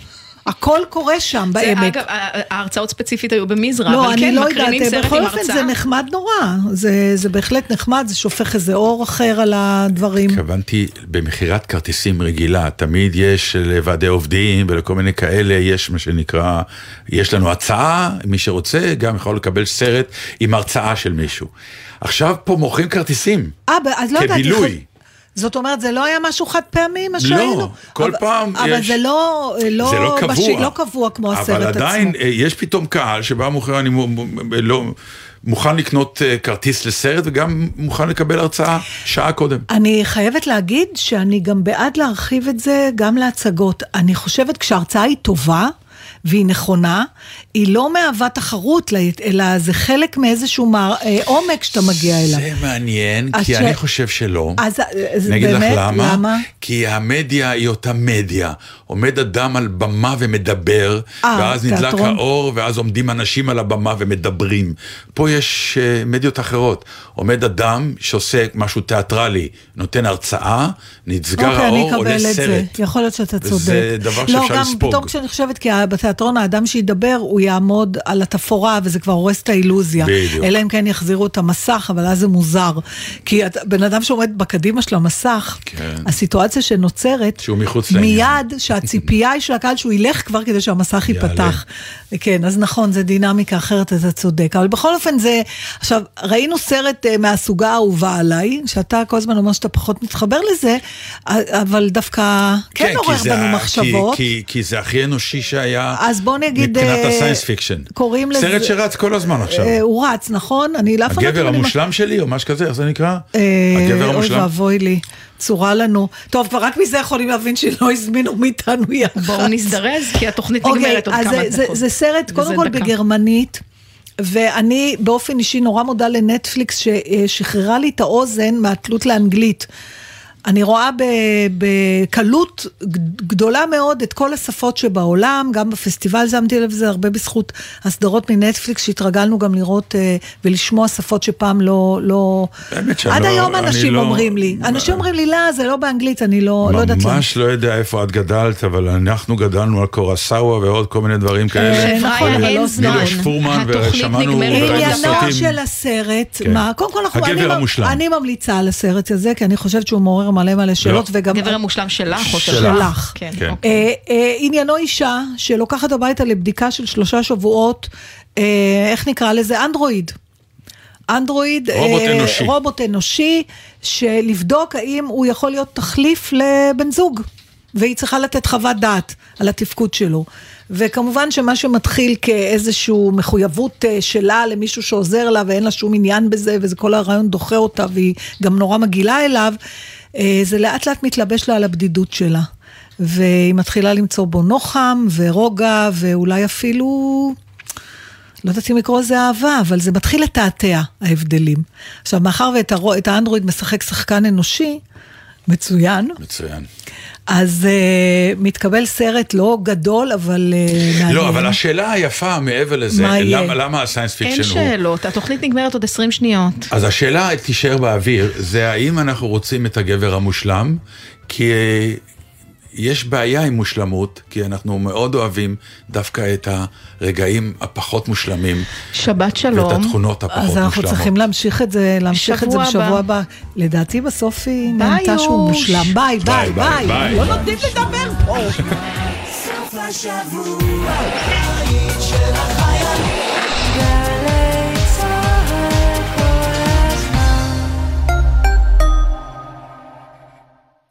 Speaker 2: הכל קורה שם,
Speaker 3: זה,
Speaker 2: בעמק.
Speaker 3: אגב, ה- ההרצאות ספציפית היו במזרע,
Speaker 2: לא,
Speaker 3: אבל
Speaker 2: אני
Speaker 3: כן,
Speaker 2: לא
Speaker 3: מקרינים
Speaker 2: יודעת,
Speaker 3: סרט
Speaker 2: בכל
Speaker 3: עם
Speaker 2: אופן
Speaker 3: הרצאה.
Speaker 2: זה נחמד נורא, זה, זה בהחלט נחמד, זה שופך איזה אור אחר על הדברים.
Speaker 1: התכוונתי, במכירת כרטיסים רגילה, תמיד יש לוועדי עובדים ולכל מיני כאלה, יש מה שנקרא, יש לנו הצעה, מי שרוצה גם יכול לקבל סרט עם הרצאה של מישהו. עכשיו פה מוכרים כרטיסים.
Speaker 2: אה, ב- אז לא יודעת,
Speaker 1: כבילוי.
Speaker 2: יכול- זאת אומרת, זה לא היה משהו חד פעמי, מה שהיינו?
Speaker 1: כל
Speaker 2: אבל-
Speaker 1: פעם
Speaker 2: אבל
Speaker 1: יש-
Speaker 2: זה לא, לא,
Speaker 1: זה לא קבוע.
Speaker 2: בשי- לא קבוע כמו הסרט עצמו.
Speaker 1: אבל עדיין אה, יש פתאום קהל שבא מוכר, אני מו- מו- לא... מוכן לקנות אה, כרטיס לסרט וגם מוכן לקבל הרצאה שעה קודם.
Speaker 2: אני חייבת להגיד שאני גם בעד להרחיב את זה גם להצגות. אני חושבת כשההרצאה היא טובה והיא נכונה, היא לא מהווה תחרות, ל- אלא זה חלק מאיזשהו מער- אה, עומק שאתה מגיע אליו.
Speaker 1: זה מעניין,
Speaker 2: אז
Speaker 1: כי
Speaker 2: ש-
Speaker 1: אני חושב שלא.
Speaker 2: אז אה, זה
Speaker 1: אני אגיד
Speaker 2: באמת,
Speaker 1: לך למה,
Speaker 2: למה?
Speaker 1: כי המדיה היא אותה מדיה. עומד אדם על במה ומדבר,
Speaker 2: אה,
Speaker 1: ואז נדלק
Speaker 2: תיאטרון.
Speaker 1: האור, ואז עומדים אנשים על הבמה ומדברים. פה יש אה, מדיות אחרות. עומד אדם שעושה משהו תיאטרלי, נותן הרצאה, נסגר
Speaker 2: אוקיי, אני
Speaker 1: האור, עולה
Speaker 2: אקבל את זה.
Speaker 1: סרט.
Speaker 2: יכול להיות שאתה צודק.
Speaker 1: וזה דבר שאפשר
Speaker 2: לא, גם
Speaker 1: לספוג.
Speaker 2: פתאום כשאני חושבת, כי בתיאטרון האדם שידבר, הוא יעמוד על התפאורה, וזה כבר הורס את האילוזיה.
Speaker 1: בדיוק.
Speaker 2: אלא אם כן יחזירו את המסך, אבל אז זה מוזר. כי את- בן אדם שעומד בקדימה של המסך,
Speaker 1: כן.
Speaker 2: הסיטואציה שנוצרת,
Speaker 1: שהוא מחוץ לעניין.
Speaker 2: מיד שהציפייה היא של הקהל שהוא ילך כבר כדי שהמסך
Speaker 1: יעלה.
Speaker 2: ייפתח. כן, אז נכון, זה דינמיקה אחרת, אתה צודק. אבל בכל אופן זה, עכשיו, ראינו סרט אה, מהסוגה האהובה עליי, שאתה כל הזמן אומר שאתה פחות מתחבר לזה, א- אבל דווקא כן,
Speaker 1: כי
Speaker 2: עורר
Speaker 1: זה
Speaker 2: בנו
Speaker 1: ה-
Speaker 2: מחשבות.
Speaker 1: כי, כי, כי זה הכי אנושי שהיה
Speaker 2: אז בוא נגיד...
Speaker 1: מבחינת
Speaker 2: אה,
Speaker 1: הסיינס פיקשן.
Speaker 2: קוראים לזה...
Speaker 1: סרט שרץ כל הזמן עכשיו.
Speaker 2: אה, הוא רץ, נכון? אני לא אף פעם לא יודעת
Speaker 1: הגבר
Speaker 2: אם אני-
Speaker 1: המושלם שלי, או משהו כזה, איך זה נקרא?
Speaker 2: אה,
Speaker 1: הגבר
Speaker 2: אוי
Speaker 1: המושלם.
Speaker 2: ואבוי לי, צורה לנו. טוב, כבר רק מזה יכולים להבין שלא הזמינו מאיתנו יחד.
Speaker 3: בואו נזדרז, כי התוכנית
Speaker 2: אוקיי,
Speaker 3: נגמרת עוד
Speaker 2: אז
Speaker 3: כמה
Speaker 2: זה, זה,
Speaker 3: דקות.
Speaker 2: זה סרט,
Speaker 3: וזה
Speaker 2: קודם כל
Speaker 3: דקה.
Speaker 2: בגרמנית. ואני באופן אישי נורא מודה לנטפליקס ששחררה לי את האוזן מהתלות לאנגלית. אני רואה ב- בקלות גד- גדולה מאוד את כל השפות שבעולם, גם בפסטיבל שמתי לב לזה הרבה בזכות הסדרות מנטפליקס שהתרגלנו גם לראות אה, ולשמוע שפות שפעם לא... לא...
Speaker 1: באמת שאני
Speaker 2: עד
Speaker 1: לא-
Speaker 2: היום
Speaker 1: אני
Speaker 2: אנשים
Speaker 1: לא-
Speaker 2: אומרים לי, אנשים אומרים לי, לא, זה לא באנגלית, אני לא, לא יודעת למה.
Speaker 1: ממש לא יודע איפה את גדלת, אבל אנחנו גדלנו על קורסאווה ועוד כל מיני דברים כאלה.
Speaker 2: נכון,
Speaker 3: חבריה,
Speaker 2: אבל לא
Speaker 3: כן, אין
Speaker 2: זמן.
Speaker 3: זמן.
Speaker 1: מילוש פורמן,
Speaker 3: התוכנית
Speaker 1: ושמענו
Speaker 3: נגמרת
Speaker 1: וראינו
Speaker 3: עוד דקה.
Speaker 2: עניינו
Speaker 1: סרטים.
Speaker 2: של הסרט,
Speaker 1: כן.
Speaker 2: מה, קודם כל אנחנו,
Speaker 1: הגבר
Speaker 2: אני,
Speaker 1: המושלם.
Speaker 2: אני ממליצה על הסרט הזה, כי אני חושבת שהוא מעורר מלא מלא שאלות,
Speaker 1: לא.
Speaker 2: וגם...
Speaker 3: הגבר המושלם שלך או
Speaker 1: שלך.
Speaker 3: שלך.
Speaker 2: שלך.
Speaker 3: כן,
Speaker 1: כן.
Speaker 3: אוקיי.
Speaker 2: אה, אה, עניינו אישה שלוקחת הביתה לבדיקה של שלושה שבועות, אה, איך נקרא לזה? אנדרואיד. אנדרואיד, אה,
Speaker 1: רובוט אנושי.
Speaker 2: רובוט אנושי, שלבדוק האם הוא יכול להיות תחליף לבן זוג, והיא צריכה לתת חוות דעת על התפקוד שלו. וכמובן שמה שמתחיל כאיזושהי מחויבות אה, שלה למישהו שעוזר לה ואין לה שום עניין בזה, וזה כל הרעיון דוחה אותה והיא גם נורא מגעילה אליו, אה, זה לאט לאט מתלבש לה על הבדידות שלה. והיא מתחילה למצוא בו נוחם ורוגע ואולי אפילו לא יודעת אם לקרוא לזה אהבה, אבל זה מתחיל לתעתע, ההבדלים. עכשיו, מאחר ואת הרו- את האנדרואיד משחק שחקן אנושי, מצוין,
Speaker 1: מצוין.
Speaker 2: אז uh, מתקבל סרט לא גדול, אבל uh, מעניין.
Speaker 1: לא, אבל השאלה היפה מעבר לזה,
Speaker 2: מה יהיה?
Speaker 1: למה- למה הסיינס פיקשן הוא...
Speaker 3: אין שאלות, התוכנית נגמרת עוד 20 שניות.
Speaker 1: אז השאלה תישאר באוויר, זה האם אנחנו רוצים את הגבר המושלם, כי אה, יש בעיה עם מושלמות, כי אנחנו מאוד אוהבים דווקא את הרגעים הפחות מושלמים,
Speaker 3: שבת
Speaker 1: ואת
Speaker 3: שלום.
Speaker 1: התכונות הפחות
Speaker 2: אז
Speaker 1: מושלמות.
Speaker 2: אנחנו צריכים להמשיך את זה, להמשיך את זה
Speaker 3: בשבוע
Speaker 2: בשבוע
Speaker 3: הבא.
Speaker 2: הבא. לדעתי בסוף היא
Speaker 3: ביי,
Speaker 2: נהנתה שהוא
Speaker 3: יוש.
Speaker 2: מושלם. ביי, ביי,
Speaker 1: ביי, ביי,
Speaker 2: ביי.
Speaker 1: ביי.
Speaker 2: לא נותנים לדבר פה.
Speaker 4: סוף השבוע, הבית של החיילים.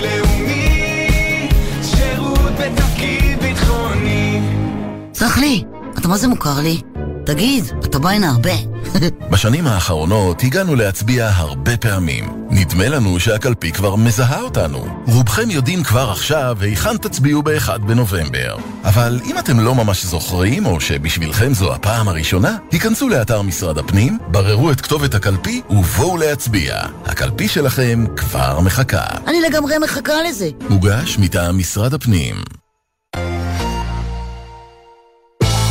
Speaker 5: לאומי, שירות בתפקיד ביטחוני.
Speaker 6: סלח לי, אתה מה זה מוכר לי? תגיד, אתה בא הנה הרבה.
Speaker 7: בשנים האחרונות הגענו להצביע הרבה פעמים. נדמה לנו שהקלפי כבר מזהה אותנו. רובכם יודעים כבר עכשיו היכן תצביעו ב-1 בנובמבר. אבל אם אתם לא ממש זוכרים, או שבשבילכם זו הפעם הראשונה, היכנסו לאתר משרד הפנים, בררו את כתובת הקלפי ובואו להצביע. הקלפי שלכם כבר מחכה.
Speaker 6: אני לגמרי מחכה לזה.
Speaker 7: מוגש מטעם משרד הפנים.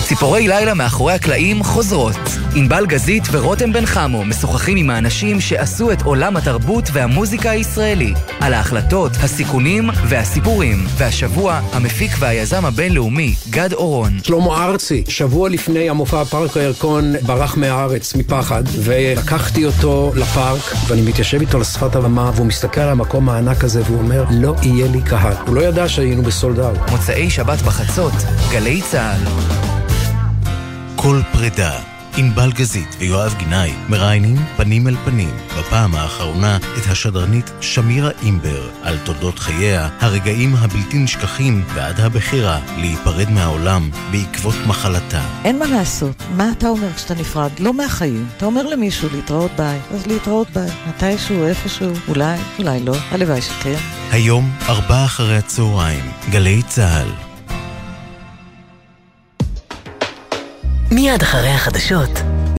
Speaker 1: ציפורי לילה מאחורי הקלעים חוזרות. ענבל גזית ורותם בן חמו משוחחים עם האנשים שעשו את עולם התרבות והמוזיקה הישראלי, על ההחלטות, הסיכונים והסיפורים. והשבוע, המפיק והיזם הבינלאומי, גד אורון.
Speaker 8: שלמה ארצי, שבוע לפני המופע פארק הירקון, ברח מהארץ מפחד, ולקחתי אותו לפארק, ואני מתיישב איתו לשפת הבמה, והוא מסתכל על המקום הענק הזה, והוא אומר, לא יהיה לי קהל. הוא לא ידע שהיינו בסולד אאוט.
Speaker 1: מוצאי שבת בחצות, גלי צה"ל.
Speaker 4: כל פרידה. ענבל גזית ויואב גינאי מראיינים פנים אל פנים בפעם האחרונה את השדרנית שמירה אימבר על תולדות חייה, הרגעים הבלתי נשכחים ועד הבחירה להיפרד מהעולם בעקבות מחלתה.
Speaker 2: אין מה לעשות. מה אתה אומר כשאתה נפרד? לא מהחיים. אתה אומר למישהו להתראות ביי, אז להתראות ביי. מתישהו, איפשהו, אולי, אולי לא. הלוואי שכן.
Speaker 4: היום, ארבע אחרי הצהריים, גלי צה"ל.
Speaker 9: מיד אחרי החדשות,